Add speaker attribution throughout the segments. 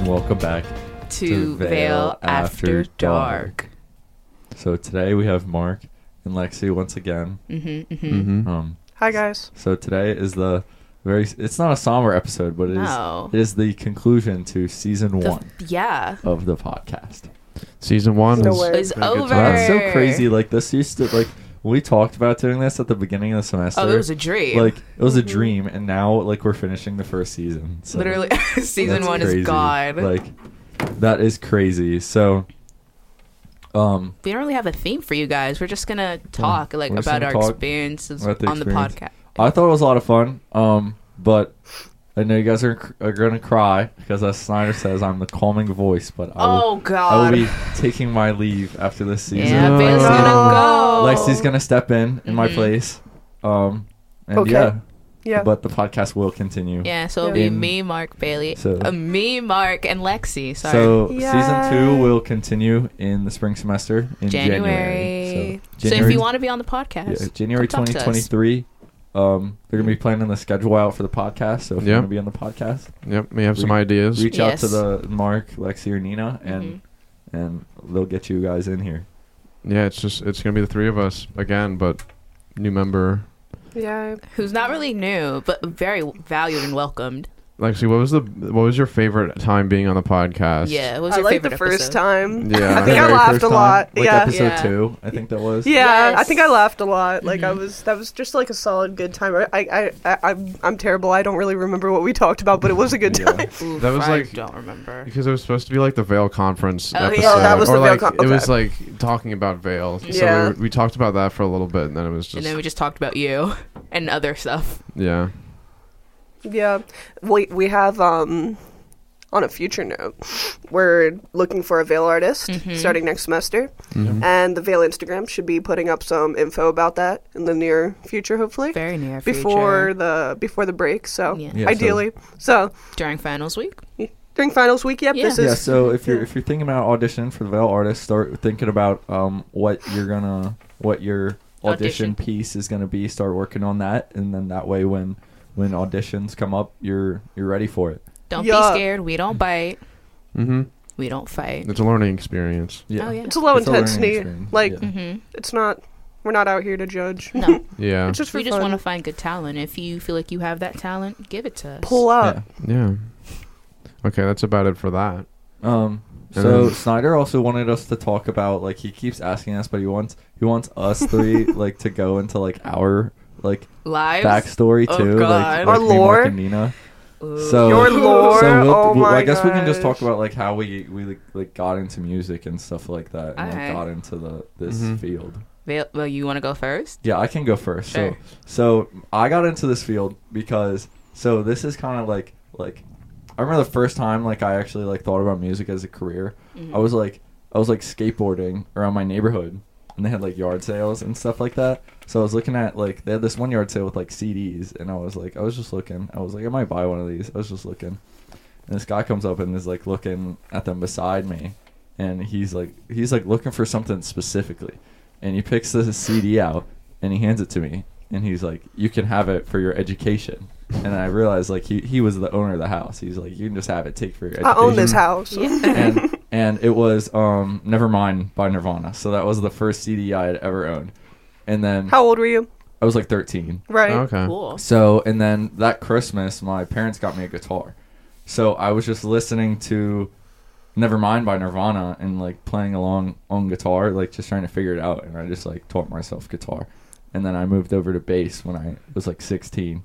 Speaker 1: welcome back.
Speaker 2: to,
Speaker 1: To
Speaker 2: Veil,
Speaker 1: Veil
Speaker 2: After
Speaker 1: After
Speaker 2: Dark.
Speaker 1: So today we have Mark and Lexi once again.
Speaker 2: Mm-hmm, mm-hmm.
Speaker 3: Mm-hmm.
Speaker 1: Um,
Speaker 4: Hi guys.
Speaker 1: so today is the very. It's not a somber episode, but it is
Speaker 2: No.
Speaker 1: it is the conclusion to season
Speaker 2: The-
Speaker 1: one
Speaker 2: yeah.
Speaker 1: of the podcast.
Speaker 3: Season one
Speaker 4: No
Speaker 3: is
Speaker 4: way.
Speaker 2: It's
Speaker 3: Very good
Speaker 2: over. Oh,
Speaker 3: time.
Speaker 1: Wow, it's so crazy. Like this used to like when we talked about doing this at the beginning of the semester.
Speaker 2: Oh, it was a dream. Mm-hmm.
Speaker 1: like it was a
Speaker 4: Mhm.
Speaker 1: dream, and now like we're finishing the first season. So
Speaker 2: Literally, season
Speaker 1: that's
Speaker 2: one
Speaker 1: crazy.
Speaker 2: is gone.
Speaker 1: Like that is crazy. So, um,
Speaker 2: we don't really have a theme for you guys. We're just gonna talk like
Speaker 1: we're just
Speaker 2: about our
Speaker 1: gonna talk
Speaker 2: experiences
Speaker 1: about the
Speaker 2: on the
Speaker 1: experience.
Speaker 2: podcast.
Speaker 1: I thought it was a lot of fun. Um, but I know you guys are, cr- are gonna cry because as Snyder says, I'm the calming voice. But I will,
Speaker 2: oh
Speaker 1: I will
Speaker 2: God.
Speaker 1: be taking my leave after this season. Um,
Speaker 2: yeah,
Speaker 3: No.
Speaker 2: Bale's
Speaker 4: No.
Speaker 2: gonna go.
Speaker 1: Lexi's gonna step in in my
Speaker 2: Mhm.
Speaker 1: place. Um, and
Speaker 4: Okay.
Speaker 1: yeah,
Speaker 4: Yeah.
Speaker 1: but the podcast will continue.
Speaker 2: Yeah, so it'll be
Speaker 1: In-
Speaker 2: me, Mark Bailey,
Speaker 1: So-
Speaker 2: uh, me, Mark, and Lexi. Sorry,
Speaker 1: So season two
Speaker 4: Yay.
Speaker 1: will continue in the spring semester in January.
Speaker 2: January. So,
Speaker 1: January-
Speaker 2: if you want to be on the podcast,
Speaker 1: Yeah, January
Speaker 2: Come talk to us.
Speaker 1: 2023. Um, they're gonna be planning the schedule out for the podcast. So if you
Speaker 3: Yeah.
Speaker 1: want to be on the podcast,
Speaker 3: Yep, we have some
Speaker 1: Re-
Speaker 3: ideas.
Speaker 1: reach out to
Speaker 2: Yes. Mm-hmm.
Speaker 1: the Mark, Lexi, or Nina, and and they'll get you guys in here.
Speaker 3: yeah, it's just it's gonna be the three of us again, but new member.
Speaker 4: yeah.
Speaker 2: who's not really new but very valued and welcomed.
Speaker 3: Lexi, what was the what was your favorite time being on the podcast?
Speaker 2: Yeah, what was
Speaker 4: I
Speaker 2: your
Speaker 4: liked
Speaker 2: favorite
Speaker 4: the first
Speaker 2: episode?
Speaker 4: time.
Speaker 3: Yeah.
Speaker 4: I think I
Speaker 1: Very
Speaker 4: laughed
Speaker 1: first
Speaker 4: a
Speaker 1: time,
Speaker 4: lot.
Speaker 1: Like
Speaker 4: yeah.
Speaker 1: episode
Speaker 2: Yeah.
Speaker 1: two, I think that was.
Speaker 4: Yeah, I
Speaker 2: Yes.
Speaker 4: think I laughed a lot. Like I
Speaker 1: Mm-hmm.
Speaker 2: Mhm.
Speaker 4: was, that was just like a solid good time. I, I, I, I'm, I'm terrible. I don't really remember what we talked about, but it was a good
Speaker 1: Yeah.
Speaker 4: time.
Speaker 2: Oof,
Speaker 3: That was
Speaker 2: I
Speaker 3: like-
Speaker 2: don't remember.
Speaker 3: Because it was supposed to be like the Veil conference
Speaker 2: Oh, yeah.
Speaker 3: episode,
Speaker 2: Oh, that was
Speaker 3: or
Speaker 4: the Veil
Speaker 3: like
Speaker 4: con-
Speaker 3: it was
Speaker 4: okay.
Speaker 3: like talking about Veil.
Speaker 4: Yeah.
Speaker 3: So we, we talked about that for a little bit, and then it was just
Speaker 2: And then we just talked about you and other stuff.
Speaker 3: yeah.
Speaker 4: Yeah. We we have um on a future note, we're looking for a veil artist
Speaker 2: Mhm.
Speaker 4: starting next semester,
Speaker 3: Mhm.
Speaker 4: and the veil Instagram should be putting up some info about that in the near future, hopefully.
Speaker 2: Very near
Speaker 4: Before the before the break, so
Speaker 2: yeah.
Speaker 1: Yeah, so-
Speaker 4: ideally. So,
Speaker 2: during finals week.
Speaker 4: during finals week, yep,
Speaker 2: Yeah.
Speaker 4: this
Speaker 1: Yeah,
Speaker 4: is
Speaker 1: so if you're
Speaker 4: yeah.
Speaker 1: if you're thinking about auditioning for the Veil artist, start thinking about um what you're gonna what your audition,
Speaker 2: Audition.
Speaker 1: piece is gonna be. Start working on that, and then that way when when auditions come up, you're you're ready for it.
Speaker 2: Don't
Speaker 4: Yeah.
Speaker 2: be scared. We don't bite.
Speaker 3: hmm
Speaker 2: We don't fight.
Speaker 3: It's a learning experience.
Speaker 1: Yeah.
Speaker 2: Oh yeah.
Speaker 4: it's a Mm-hmm. low
Speaker 1: It's a learning
Speaker 4: intensity.
Speaker 1: experience,
Speaker 4: Like
Speaker 1: yeah.
Speaker 2: hmm
Speaker 4: it's not we're not out here to judge.
Speaker 2: No,
Speaker 3: Yeah,
Speaker 4: It's just for
Speaker 2: we just
Speaker 4: fun.
Speaker 2: want to find good talent. If you feel like you have that talent, give it to us.
Speaker 4: pull up.
Speaker 1: Yeah.
Speaker 3: yeah. Okay, that's about it for that.
Speaker 1: Um.
Speaker 3: And
Speaker 1: So
Speaker 3: then-
Speaker 1: Snyder also wanted us to talk about like he keeps asking us, but he wants he wants us three like to go into like our like
Speaker 2: lives.
Speaker 1: backstory
Speaker 2: Oh,
Speaker 1: too, like, like
Speaker 2: God.
Speaker 4: Our
Speaker 1: me, Mark,
Speaker 4: lore.
Speaker 1: and Nina.
Speaker 2: Ooh.
Speaker 1: So
Speaker 4: Your lore.
Speaker 1: So we'll,
Speaker 4: oh
Speaker 1: we'll-
Speaker 4: my
Speaker 1: I guess we can just talk
Speaker 4: gosh.
Speaker 1: about like how we we like, like got into music and stuff like that, and like,
Speaker 2: Alright.
Speaker 1: got into the this
Speaker 3: Mhm.
Speaker 1: field.
Speaker 2: Well, well, you want to go first?
Speaker 1: Yeah, I can go first.
Speaker 2: Sure.
Speaker 1: So so I got into this field because so this is kind of like like I remember the first time like I actually like thought about music as a career. I was like I was like skateboarding around my neighborhood and they had like yard sales and stuff like that. So I was looking at like they had this one yard sale with like CDs and I was like I was just looking. I was like I might buy one of these. I was just looking. And this guy comes up and is like looking at them beside me and he's like he's like looking for something specifically. And he picks this CD out and he hands it to me and he's like you can have it for your education. And I realized like he, he was the owner of the house. He's like you can just have it take for your education
Speaker 4: I own this house.
Speaker 1: and and it was um Nevermind by Nirvana. So that was the first CD I had ever owned. And then
Speaker 4: How old were you?
Speaker 1: I was like 13.
Speaker 4: Right.
Speaker 3: Okay.
Speaker 2: Cool.
Speaker 1: So and then that Christmas my parents got me a guitar. So I was just listening to Nevermind by Nirvana and like playing along on guitar, like just trying to figure it out and I just like taught myself guitar. And then I moved over to bass when I was like 16.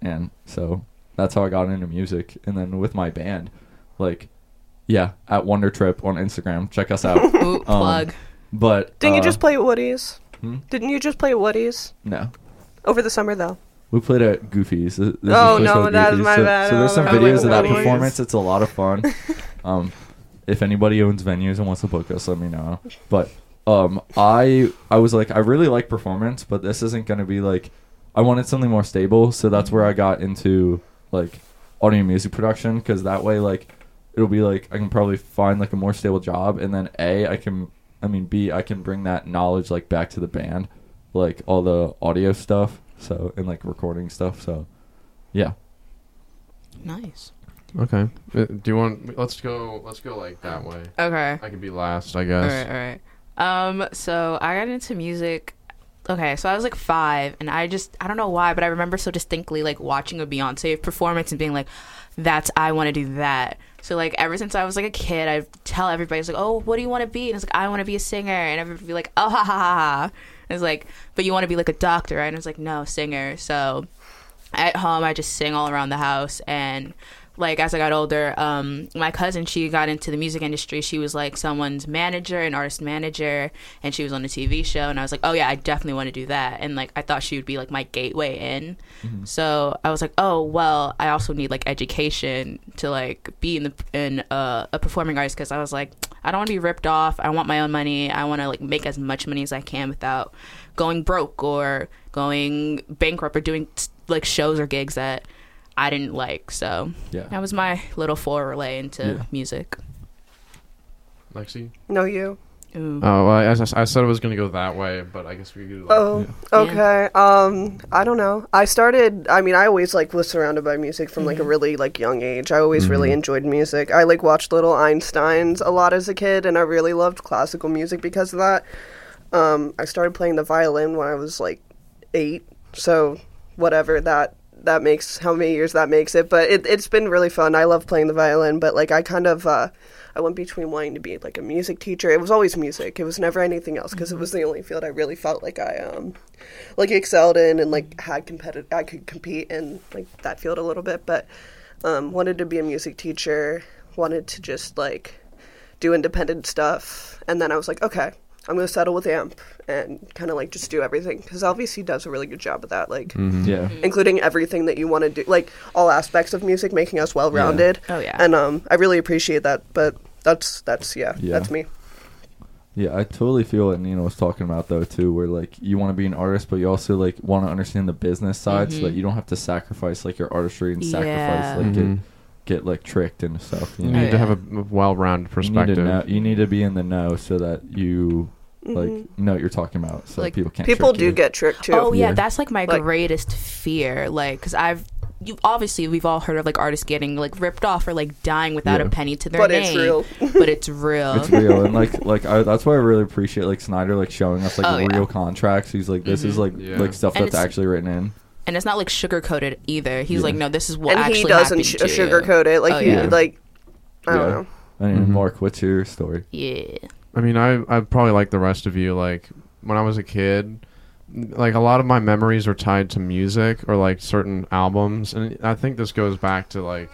Speaker 1: And so that's how I got into music and then with my band like yeah, at Wonder Trip on Instagram. Check us out.
Speaker 2: Ooh,
Speaker 3: Um,
Speaker 2: plug.
Speaker 1: But
Speaker 4: Didn't you
Speaker 1: uh,
Speaker 4: just play at Woody's?
Speaker 1: Hmm?
Speaker 4: Didn't you just play at Woody's
Speaker 1: No,
Speaker 4: over the summer though?
Speaker 1: we played at Goofy's. This- this
Speaker 4: Oh,
Speaker 1: is just
Speaker 4: no,
Speaker 1: at
Speaker 4: that is
Speaker 1: Goofy's.
Speaker 4: my
Speaker 1: so,
Speaker 4: bad.
Speaker 1: So there's
Speaker 4: Oh,
Speaker 1: some
Speaker 4: that
Speaker 1: videos
Speaker 2: was
Speaker 1: of that
Speaker 2: my voice.
Speaker 1: performance. It's a lot of fun. um, if anybody owns venues and wants to book us, let me know. But um, I I was like, I really like performance, but this isn't gonna be like. I wanted something more stable, so that's where I got into like audio and music production because that way, like, it'll be like I can probably find like a more stable job, and then a I can, I mean b I can bring that knowledge like back to the band, like all the audio stuff, so and like recording stuff, so yeah.
Speaker 2: Nice.
Speaker 3: Okay. Uh, Do you want? Let's go. Let's go like that way.
Speaker 2: Okay.
Speaker 3: I could be last, I
Speaker 2: All
Speaker 3: guess.
Speaker 2: right, all right. Um, so I got into music. Okay, so I was like five, and I just I don't know why, but I remember so distinctly like watching a Beyonce performance and being like, "That's I want to do that." So like ever since I was like a kid, I tell everybody, "It's like, oh, what do you want to be?" And it's like, "I want to be a singer," and everybody be like, "Oh, ha ha ha." ha." And it's like, but you want to be like a doctor, right? And it's like, no, singer. So at home i just sing all around the house and like as i got older um my cousin she got into the music industry she was like someone's manager an artist manager and she was on a tv show and i was like oh yeah i definitely want to do that and like i thought she would be like my gateway in so i was like oh well i also need like education to like be in the in uh, a performing artist because i was like i don't want to be ripped off i want my own money i want to like make as much money as i can without going broke or going bankrupt or doing like shows or gigs that I didn't like. So
Speaker 1: Yeah.
Speaker 2: that was my little foray into
Speaker 1: Yeah.
Speaker 2: music.
Speaker 3: Lexi.
Speaker 4: No, you.
Speaker 2: Ooh.
Speaker 1: Uh,
Speaker 3: Oh, well, I, I, s- I said I was gonna go that way, but I guess we could. do, Like,
Speaker 4: Oh,
Speaker 2: Yeah.
Speaker 4: okay. Um, I don't know. I started. I mean, I always like was surrounded by music from like a really like young age. I always really enjoyed music. I like watched Little Einsteins a lot as a kid, and I really loved classical music because of that. Um, I started playing the violin when I was like eight. So whatever that that makes, how many years that makes it. But it, it's been really fun. I love playing the violin, but like I kind of. Uh, I went between wanting to be like a music teacher. It was always music. It was never anything else because it was the only field I really felt like I um like excelled in and like had competitive. I could compete in like that field a little bit, but um, wanted to be a music teacher. Wanted to just like do independent stuff, and then I was like, okay. I'm gonna settle with AMP and kind of like just do everything because LVC does a really good job of that. Like,
Speaker 1: Yeah.
Speaker 4: including everything that you want to do, like all aspects of music, making us well rounded.
Speaker 2: Oh, yeah.
Speaker 4: And um, I really appreciate that. But that's that's yeah,
Speaker 1: Yeah.
Speaker 4: that's me.
Speaker 1: Yeah, I totally feel what Nina was talking about though too, where like you want to be an artist, but you also like want to understand the business side so that you don't have to sacrifice like your artistry and
Speaker 2: Yeah.
Speaker 1: sacrifice like
Speaker 3: Mhm.
Speaker 1: get get like tricked and stuff. You
Speaker 3: You
Speaker 1: know?
Speaker 3: need
Speaker 2: Oh,
Speaker 3: to
Speaker 2: yeah.
Speaker 3: have a m- well-rounded
Speaker 1: You need
Speaker 3: perspective.
Speaker 1: to know. You need to be in the know so that you like know what you're talking about, so
Speaker 2: Like,
Speaker 1: people can't.
Speaker 4: Mm-hmm. People
Speaker 1: trick
Speaker 4: do
Speaker 1: you.
Speaker 4: get tricked too.
Speaker 2: Oh yeah,
Speaker 1: Yeah.
Speaker 2: that's like my
Speaker 4: Like-
Speaker 2: greatest fear. Like, cause I've you obviously we've all heard of like artists getting like ripped off or like dying without
Speaker 1: Yeah.
Speaker 2: a penny to their
Speaker 4: But it's
Speaker 2: name.
Speaker 4: real.
Speaker 2: but it's real.
Speaker 1: It's real, and like like I, that's why I really appreciate like Snyder like showing us like
Speaker 2: Oh, yeah. Mm-hmm.
Speaker 1: real contracts. He's like, this is like
Speaker 3: Yeah.
Speaker 1: like stuff
Speaker 2: And
Speaker 1: that's
Speaker 2: it's-
Speaker 1: actually written in.
Speaker 2: and it's not like sugar coated either. He's
Speaker 1: Yeah.
Speaker 2: like, no, this is what
Speaker 4: and
Speaker 2: actually
Speaker 4: he doesn't
Speaker 2: happened
Speaker 4: sh-
Speaker 2: to you.
Speaker 4: sugarcoat it. Like
Speaker 2: Oh,
Speaker 4: he
Speaker 1: yeah.
Speaker 4: like I don't
Speaker 1: Yeah.
Speaker 4: know.
Speaker 1: Anyway,
Speaker 3: Mhm.
Speaker 1: Mark, what's your story?
Speaker 2: Yeah.
Speaker 3: I mean, I I probably like the rest of you. Like when I was a kid, like a lot of my memories are tied to music or like certain albums, and I think this goes back to like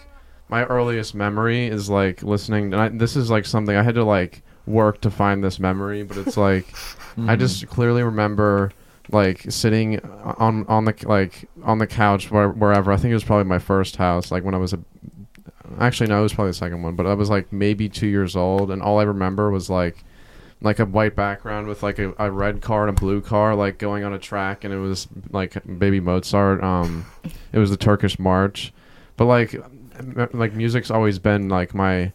Speaker 3: my earliest memory is like listening. And I, this is like something I had to like work to find this memory, but it's like I just clearly remember like sitting on on the like on the couch where, wherever I think it was probably my first house like when I was a actually no it was probably the second one but I was like maybe 2 years old and all I remember was like like a white background with like a, a red car and a blue car like going on a track and it was like baby Mozart um it was the Turkish march but like m- like music's always been like my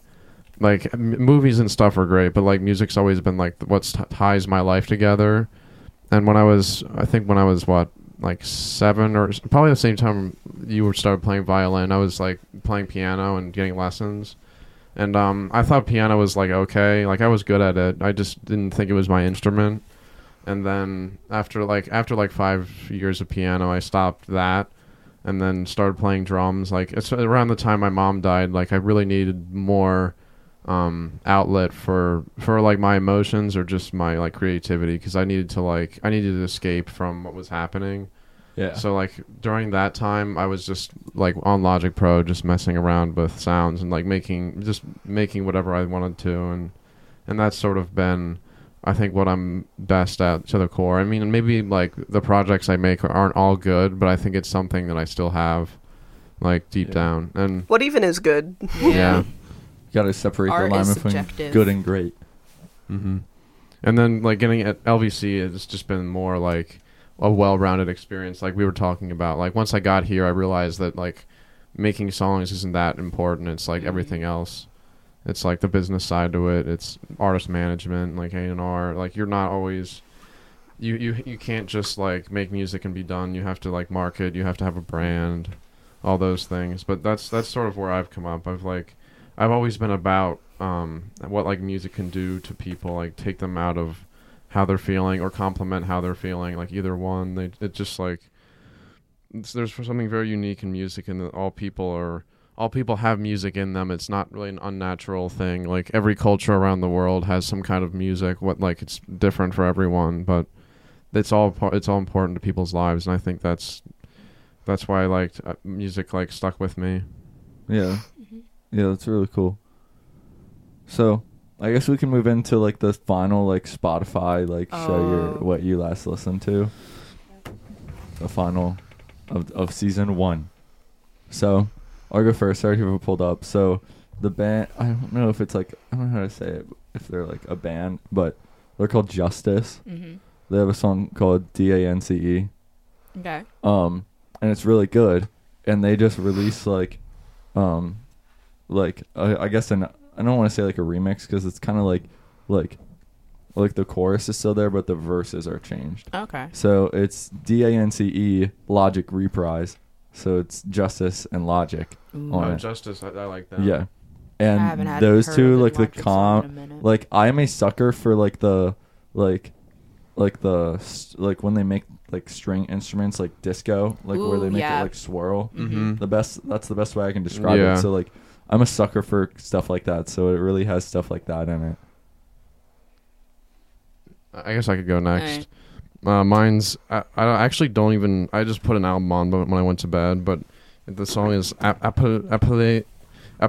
Speaker 3: like m- movies and stuff are great, but like music's always been like what t- ties my life together. And when I was, I think when I was what like seven or s- probably the same time you were started playing violin, I was like playing piano and getting lessons. And um, I thought piano was like okay, like I was good at it. I just didn't think it was my instrument. And then after like after like five years of piano, I stopped that and then started playing drums. Like it's around the time my mom died. Like I really needed more um, outlet for for like my emotions or just my like creativity because I needed to like I needed to escape from what was happening.
Speaker 1: Yeah.
Speaker 3: So like during that time, I was just like on Logic Pro, just messing around with sounds and like making just making whatever I wanted to, and and that's sort of been, I think, what I'm best at to the core. I mean, maybe like the projects I make aren't all good, but I think it's something that I still have, like deep
Speaker 1: Yeah.
Speaker 3: down, and
Speaker 4: What even is good?
Speaker 3: yeah.
Speaker 1: You gotta separate
Speaker 2: Art
Speaker 1: the line
Speaker 2: is
Speaker 1: between
Speaker 2: subjective.
Speaker 1: good and great.
Speaker 3: hmm And then like getting at LVC, it's just been more like a well-rounded experience. Like we were talking about, like once I got here, I realized that like making songs isn't that important. It's like everything else. It's like the business side to it. It's artist management, like A and R. Like you're not always. You, you you can't just like make music and be done. You have to like market. You have to have a brand. all those things. But that's that's sort of where I've come up. I've like I've always been about um, what like music can do to people, like take them out of how they're feeling or complement how they're feeling. Like either one, they it just like it's, there's something very unique in music, and that all people are all people have music in them. It's not really an unnatural thing. Like every culture around the world has some kind of music. What like it's different for everyone, but it's all par- it's all important to people's lives, and I think that's that's why I liked uh, music. Like stuck with me.
Speaker 1: Yeah.
Speaker 2: Mm-hmm.
Speaker 1: Yeah, that's really cool. So, I guess we can move into like the final like Spotify like show your
Speaker 2: Oh.
Speaker 1: what you last listened to. The final of of season 1. So, I'll go first. I already have it pulled up. So, the band I don't know if it's like I don't know how to say it if they're like a band, but they're called Justice.
Speaker 2: hmm
Speaker 1: They have a song called D A N C E
Speaker 2: Okay.
Speaker 1: um and it's really good and they just released like um like I, I guess an I don't want to say like a remix cuz it's kind of like like like the chorus is still there but the verses are changed.
Speaker 2: Okay.
Speaker 1: So it's D A N C E Logic Reprise. So it's Justice and Logic.
Speaker 2: Ooh.
Speaker 1: on
Speaker 3: Oh,
Speaker 1: it.
Speaker 3: Justice, I, I like that.
Speaker 1: Yeah.
Speaker 2: I haven't
Speaker 1: And
Speaker 2: had
Speaker 1: those
Speaker 2: heard
Speaker 1: two
Speaker 2: of
Speaker 1: like the
Speaker 2: Logic song in
Speaker 1: com
Speaker 2: a minute.
Speaker 1: like I am a sucker for like the like like the s- like when they make like string instruments like disco like where they
Speaker 2: Ooh,
Speaker 1: make
Speaker 2: yeah.
Speaker 1: it like swirl
Speaker 2: Mm-hmm.
Speaker 3: Mhm.
Speaker 1: the best that's the best way I can describe
Speaker 3: Yeah.
Speaker 1: it so like I'm a sucker for stuff like that so it really has stuff like that in it
Speaker 3: I guess I could go
Speaker 2: Alright.
Speaker 3: next. Uh, mine's I, I don't- actually don't even I just put an album on bu- when I went to bed, but the song is A- Apple Apple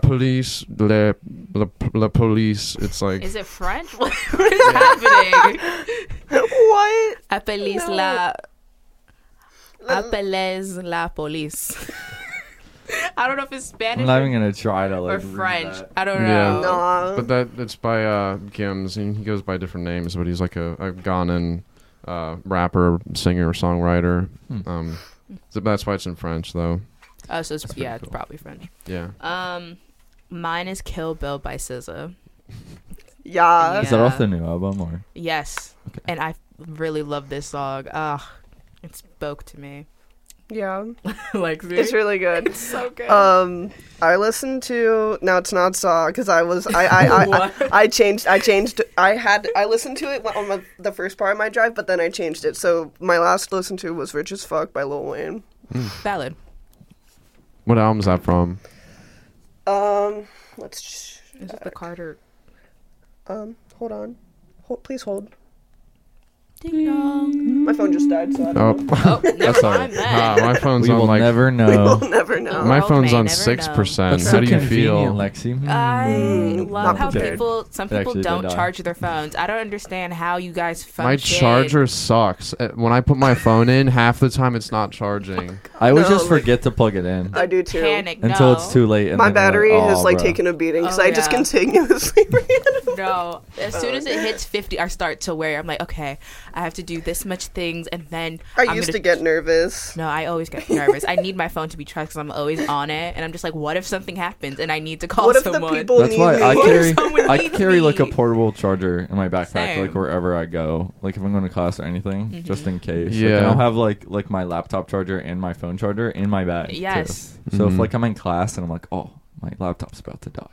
Speaker 3: Police Le Le Le Police. It's like
Speaker 2: Is it French? what is happening?
Speaker 4: what?
Speaker 2: Appelez
Speaker 4: No.
Speaker 2: la. Appelez la police. I don't know if it's
Speaker 1: I'm
Speaker 2: Spanish
Speaker 1: not even gonna try to
Speaker 2: or
Speaker 1: like read
Speaker 2: French.
Speaker 1: that.
Speaker 2: I don't
Speaker 3: Yeah.
Speaker 2: know.
Speaker 4: Nah.
Speaker 3: Uh, But that it's by uh, Gims, and he goes by different names, but he's like a, a Ghanaian uh, rapper, singer, songwriter.
Speaker 1: Hmm.
Speaker 3: Um, so that's why it's in French, though.
Speaker 2: Oh, so it's,
Speaker 1: That's pretty
Speaker 2: yeah,
Speaker 1: cool.
Speaker 2: it's probably French.
Speaker 3: Yeah.
Speaker 2: Um, mine is Kill Bill by SZA.
Speaker 4: Yeah.
Speaker 1: is that off
Speaker 2: Yeah.
Speaker 1: the new album or
Speaker 2: Yes,
Speaker 1: Okay.
Speaker 2: and I really love this song. Ugh, it spoke to me.
Speaker 4: Yeah.
Speaker 2: like
Speaker 4: It's really good.
Speaker 2: it's Uh, so good.
Speaker 4: Um, I listened to now it's not Saw because I was I I, I, I
Speaker 2: What?
Speaker 4: I changed I changed I had I listened to it on my, the first part of my drive, but then I changed it. So my last listen to was "Rich as Fuck" by Lil Wayne.
Speaker 2: Ballad.
Speaker 3: What album's that from?
Speaker 4: Um, let's sh-
Speaker 2: This is the Carter.
Speaker 4: um hold on, hold, please hold.
Speaker 2: Ding dong.
Speaker 4: My phone just died, so I
Speaker 3: Oh,
Speaker 4: don't know.
Speaker 2: Oh, never
Speaker 1: That's all
Speaker 2: mind
Speaker 1: right.
Speaker 3: ah,
Speaker 2: that.
Speaker 3: my phone's
Speaker 1: we
Speaker 3: on
Speaker 1: will
Speaker 3: like
Speaker 1: never know
Speaker 4: We'll never know.
Speaker 2: My
Speaker 3: my
Speaker 2: World
Speaker 3: phone's
Speaker 2: may
Speaker 3: on
Speaker 2: never
Speaker 3: six percent.
Speaker 1: That's
Speaker 3: How
Speaker 1: so
Speaker 3: do you
Speaker 1: convenient,
Speaker 3: feel?
Speaker 1: Lexi Hmm.
Speaker 2: I
Speaker 4: Mm,
Speaker 2: love
Speaker 4: not
Speaker 2: how
Speaker 4: prepared.
Speaker 2: people. Some
Speaker 1: It
Speaker 2: people
Speaker 1: actually did
Speaker 2: don't
Speaker 1: die.
Speaker 2: charge their phones. I don't understand how you guys. Function.
Speaker 3: My charger sucks. Uh, When I put my phone in, half the time it's not charging.
Speaker 1: I would
Speaker 4: No,
Speaker 1: just
Speaker 4: like-
Speaker 1: forget to plug it in
Speaker 4: I do too.
Speaker 2: Panic.
Speaker 1: until
Speaker 2: no.
Speaker 1: it's too late and
Speaker 4: My
Speaker 1: then I'm
Speaker 4: battery
Speaker 1: like,
Speaker 4: has
Speaker 1: "Aw,
Speaker 4: like
Speaker 1: bro."
Speaker 4: taken a beating because
Speaker 2: Oh,
Speaker 4: I just
Speaker 2: yeah.
Speaker 4: continuously ran out of
Speaker 2: No. As
Speaker 4: Uh.
Speaker 2: soon as it hits 50, I start to worry. I'm like, okay, I have to do this much things, and then
Speaker 4: I
Speaker 2: I'm
Speaker 4: used
Speaker 2: gonna-
Speaker 4: to get nervous.
Speaker 2: No, I always get nervous. I need my phone to be charged because I'm always on it, and I'm just like, what if something happens and I need to call
Speaker 4: What if the
Speaker 2: someone?
Speaker 4: people
Speaker 1: That's
Speaker 4: need
Speaker 1: why
Speaker 4: me?
Speaker 1: I
Speaker 2: What
Speaker 1: carry
Speaker 2: if someone
Speaker 1: I
Speaker 2: needs
Speaker 1: carry like a
Speaker 2: me?
Speaker 1: portable charger in my backpack
Speaker 2: Same. Mm-hmm.
Speaker 1: like wherever I go. Like if I'm going to class or anything, just in case. Like,
Speaker 3: Yeah.
Speaker 1: and I'll have like like my laptop charger and my phone charger in my bag. too.
Speaker 2: Yes.
Speaker 1: So if
Speaker 3: Mhm.
Speaker 1: like I'm in class and I'm like, "Oh, my laptop's about to die."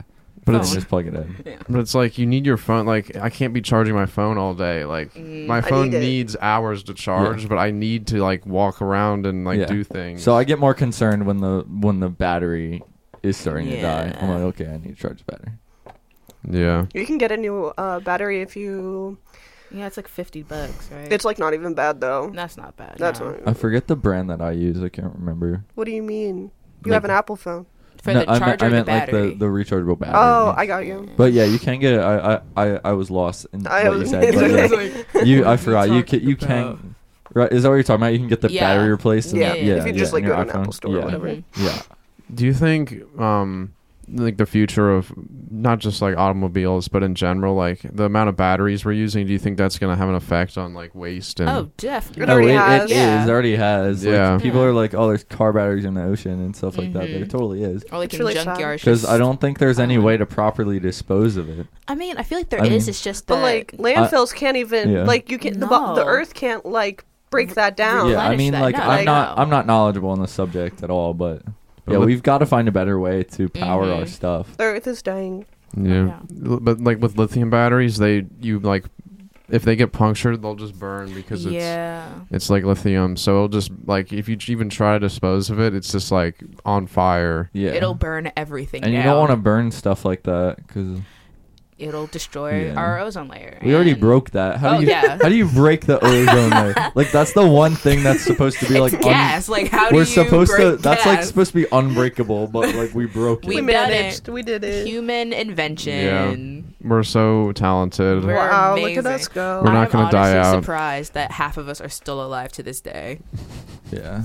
Speaker 3: But
Speaker 1: But
Speaker 2: it's-
Speaker 1: it's just plug it in.
Speaker 3: But it's like you need your phone. Like I can't be charging my phone all day. Like my phone
Speaker 4: need it.
Speaker 3: needs hours to charge, but I need to like walk around and like
Speaker 1: Yeah.
Speaker 3: do things.
Speaker 1: So I get more concerned when the when the battery is starting to die. I'm
Speaker 2: Yeah.
Speaker 1: like, "Okay, I need to charge the battery."
Speaker 3: yeah,
Speaker 4: You can get a new uh, battery if you.
Speaker 2: Yeah, it's like 50 bucks, right?
Speaker 4: It's like not even bad though.
Speaker 2: That's not bad.
Speaker 4: That's
Speaker 2: no.
Speaker 4: not even
Speaker 1: I forget the brand that I use. I can't remember.
Speaker 4: What do you mean? You
Speaker 1: Like-
Speaker 4: have an Apple phone.
Speaker 2: For
Speaker 1: No,
Speaker 2: the
Speaker 1: I meant, I
Speaker 2: charger,
Speaker 1: meant
Speaker 2: the
Speaker 1: like
Speaker 2: battery.
Speaker 1: the, the rechargeable battery.
Speaker 4: Oh, I got you.
Speaker 1: But yeah, you can get it. I I, I, I was lost in
Speaker 4: I
Speaker 1: what you
Speaker 4: was-
Speaker 1: said. but yeah. You, I forgot. You can, you
Speaker 2: about?
Speaker 1: can. Right? Is that what you're talking about? You can get the
Speaker 2: Yeah.
Speaker 1: battery replaced. and-
Speaker 2: Yeah,
Speaker 1: yeah,
Speaker 2: yeah, yeah. If
Speaker 4: you just, like,
Speaker 1: in your
Speaker 4: go to an
Speaker 1: iPhone.
Speaker 4: Apple store or
Speaker 1: yeah.
Speaker 4: whatever.
Speaker 1: Yeah.
Speaker 3: Do you think um like the future of not just like automobiles, but in general, like the amount of batteries we're using? Do you think that's gonna have an effect on like waste and?
Speaker 2: Oh, definitely.
Speaker 4: It already
Speaker 1: it,
Speaker 4: has.
Speaker 1: It
Speaker 2: Yeah.
Speaker 1: is, it already has. Like,
Speaker 3: Yeah.
Speaker 1: people are like, oh, there's car batteries in the ocean and stuff like that.
Speaker 2: Mhm.
Speaker 1: There totally is.
Speaker 2: Or like
Speaker 4: It's
Speaker 2: in
Speaker 4: really sad.
Speaker 2: junkyards.
Speaker 1: Because
Speaker 2: just-
Speaker 1: I don't think there's any way to properly dispose of it.
Speaker 2: I mean, I feel like there
Speaker 1: I
Speaker 2: is.
Speaker 1: mean-
Speaker 2: it's just that.
Speaker 4: But like landfills can't even
Speaker 1: Yeah.
Speaker 4: like you can not the, bo- the
Speaker 2: No.
Speaker 4: Earth can't like break that down.
Speaker 1: Yeah, I
Speaker 2: replenish
Speaker 1: mean,
Speaker 2: that.
Speaker 1: like,
Speaker 2: No,
Speaker 1: I'm
Speaker 4: I
Speaker 1: not,
Speaker 2: know.
Speaker 1: I'm not knowledgeable on the subject at all, but Yeah,
Speaker 3: with-
Speaker 1: we've got to find a better way to power our
Speaker 2: Mhm.
Speaker 1: stuff.
Speaker 4: Earth is dying.
Speaker 3: Yeah. L- But like with lithium batteries, they you like if they get punctured, they'll just burn because it's
Speaker 2: yeah.
Speaker 3: it's like lithium. So it'll just like if you even try to dispose of it, it's just like on fire.
Speaker 1: Yeah,
Speaker 2: It'll burn everything.
Speaker 1: and you don't want to burn stuff like that because
Speaker 2: to. It'll destroy
Speaker 1: Yeah.
Speaker 2: our ozone layer.
Speaker 1: we already
Speaker 2: and-
Speaker 1: broke that. How
Speaker 2: Oh,
Speaker 1: do you
Speaker 2: yeah.
Speaker 1: how do you break the ozone layer? Like that's the one thing that's supposed to be like
Speaker 2: it's
Speaker 1: un-
Speaker 2: gas. like how do
Speaker 1: we're
Speaker 2: you
Speaker 1: supposed to.
Speaker 2: break
Speaker 1: That's like
Speaker 2: gas?
Speaker 1: supposed to be unbreakable, but like we broke
Speaker 2: We
Speaker 1: it.
Speaker 2: done
Speaker 4: managed. We did it.
Speaker 2: human invention.
Speaker 3: We're so talented.
Speaker 2: We're-
Speaker 4: wow, look
Speaker 2: amazing.
Speaker 4: at us go.
Speaker 3: We're not
Speaker 2: I'm
Speaker 3: gonna
Speaker 2: honestly
Speaker 3: die out.
Speaker 2: surprised that half of us are still alive to this day.
Speaker 1: Yeah,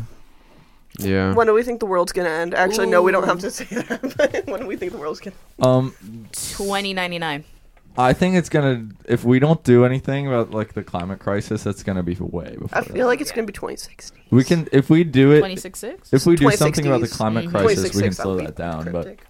Speaker 3: yeah.
Speaker 4: When do we think the world's gonna end? Actually, no, we don't
Speaker 2: Ooh.
Speaker 4: have to say that. But when do we think the world's gonna?
Speaker 1: um,
Speaker 2: 2099.
Speaker 1: I think it's gonna if we don't do anything about like the climate crisis, that's gonna be way before.
Speaker 4: I
Speaker 1: that.
Speaker 4: feel like it's gonna be 2060.
Speaker 1: we can if we do it.
Speaker 2: 266.
Speaker 1: If we do something about the
Speaker 4: 2060s.
Speaker 1: climate
Speaker 2: Mhm.
Speaker 1: crisis, we can
Speaker 4: 2066,
Speaker 1: slow
Speaker 4: that'll
Speaker 1: that
Speaker 4: be
Speaker 1: down. But
Speaker 4: cryptic.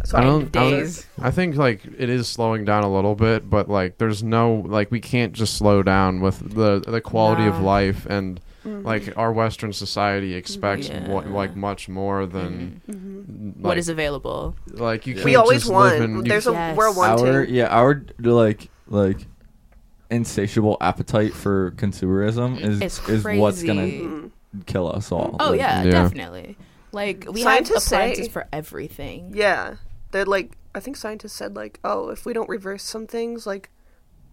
Speaker 3: I
Speaker 4: Sorry.
Speaker 3: don't, I don't-
Speaker 2: days.
Speaker 3: I think like it is slowing down a little bit, but like there's no like we can't just slow down with the the quality of
Speaker 2: Nah.
Speaker 3: life and
Speaker 4: Mm.
Speaker 3: like our Western society expects mo-
Speaker 2: Yeah.
Speaker 3: like much more than
Speaker 4: Mhm.
Speaker 3: like,
Speaker 2: Mm-hmm. what is available?
Speaker 3: like you.
Speaker 1: We
Speaker 3: Can't
Speaker 4: we always
Speaker 3: just live
Speaker 4: won.
Speaker 3: in- you-
Speaker 4: There's a
Speaker 2: Yes.
Speaker 4: we're wanting.
Speaker 1: our yeah, our like like insatiable appetite for consumerism is
Speaker 2: It's
Speaker 1: is what's
Speaker 2: crazy.
Speaker 1: gonna
Speaker 4: Mm.
Speaker 1: kill us all.
Speaker 2: Oh
Speaker 1: Like,
Speaker 2: yeah,
Speaker 3: Yeah.
Speaker 2: definitely. Like we have
Speaker 4: Scientists say-
Speaker 2: appliances for everything.
Speaker 4: Yeah, they're like I think scientists said like, oh, if we don't reverse some things, like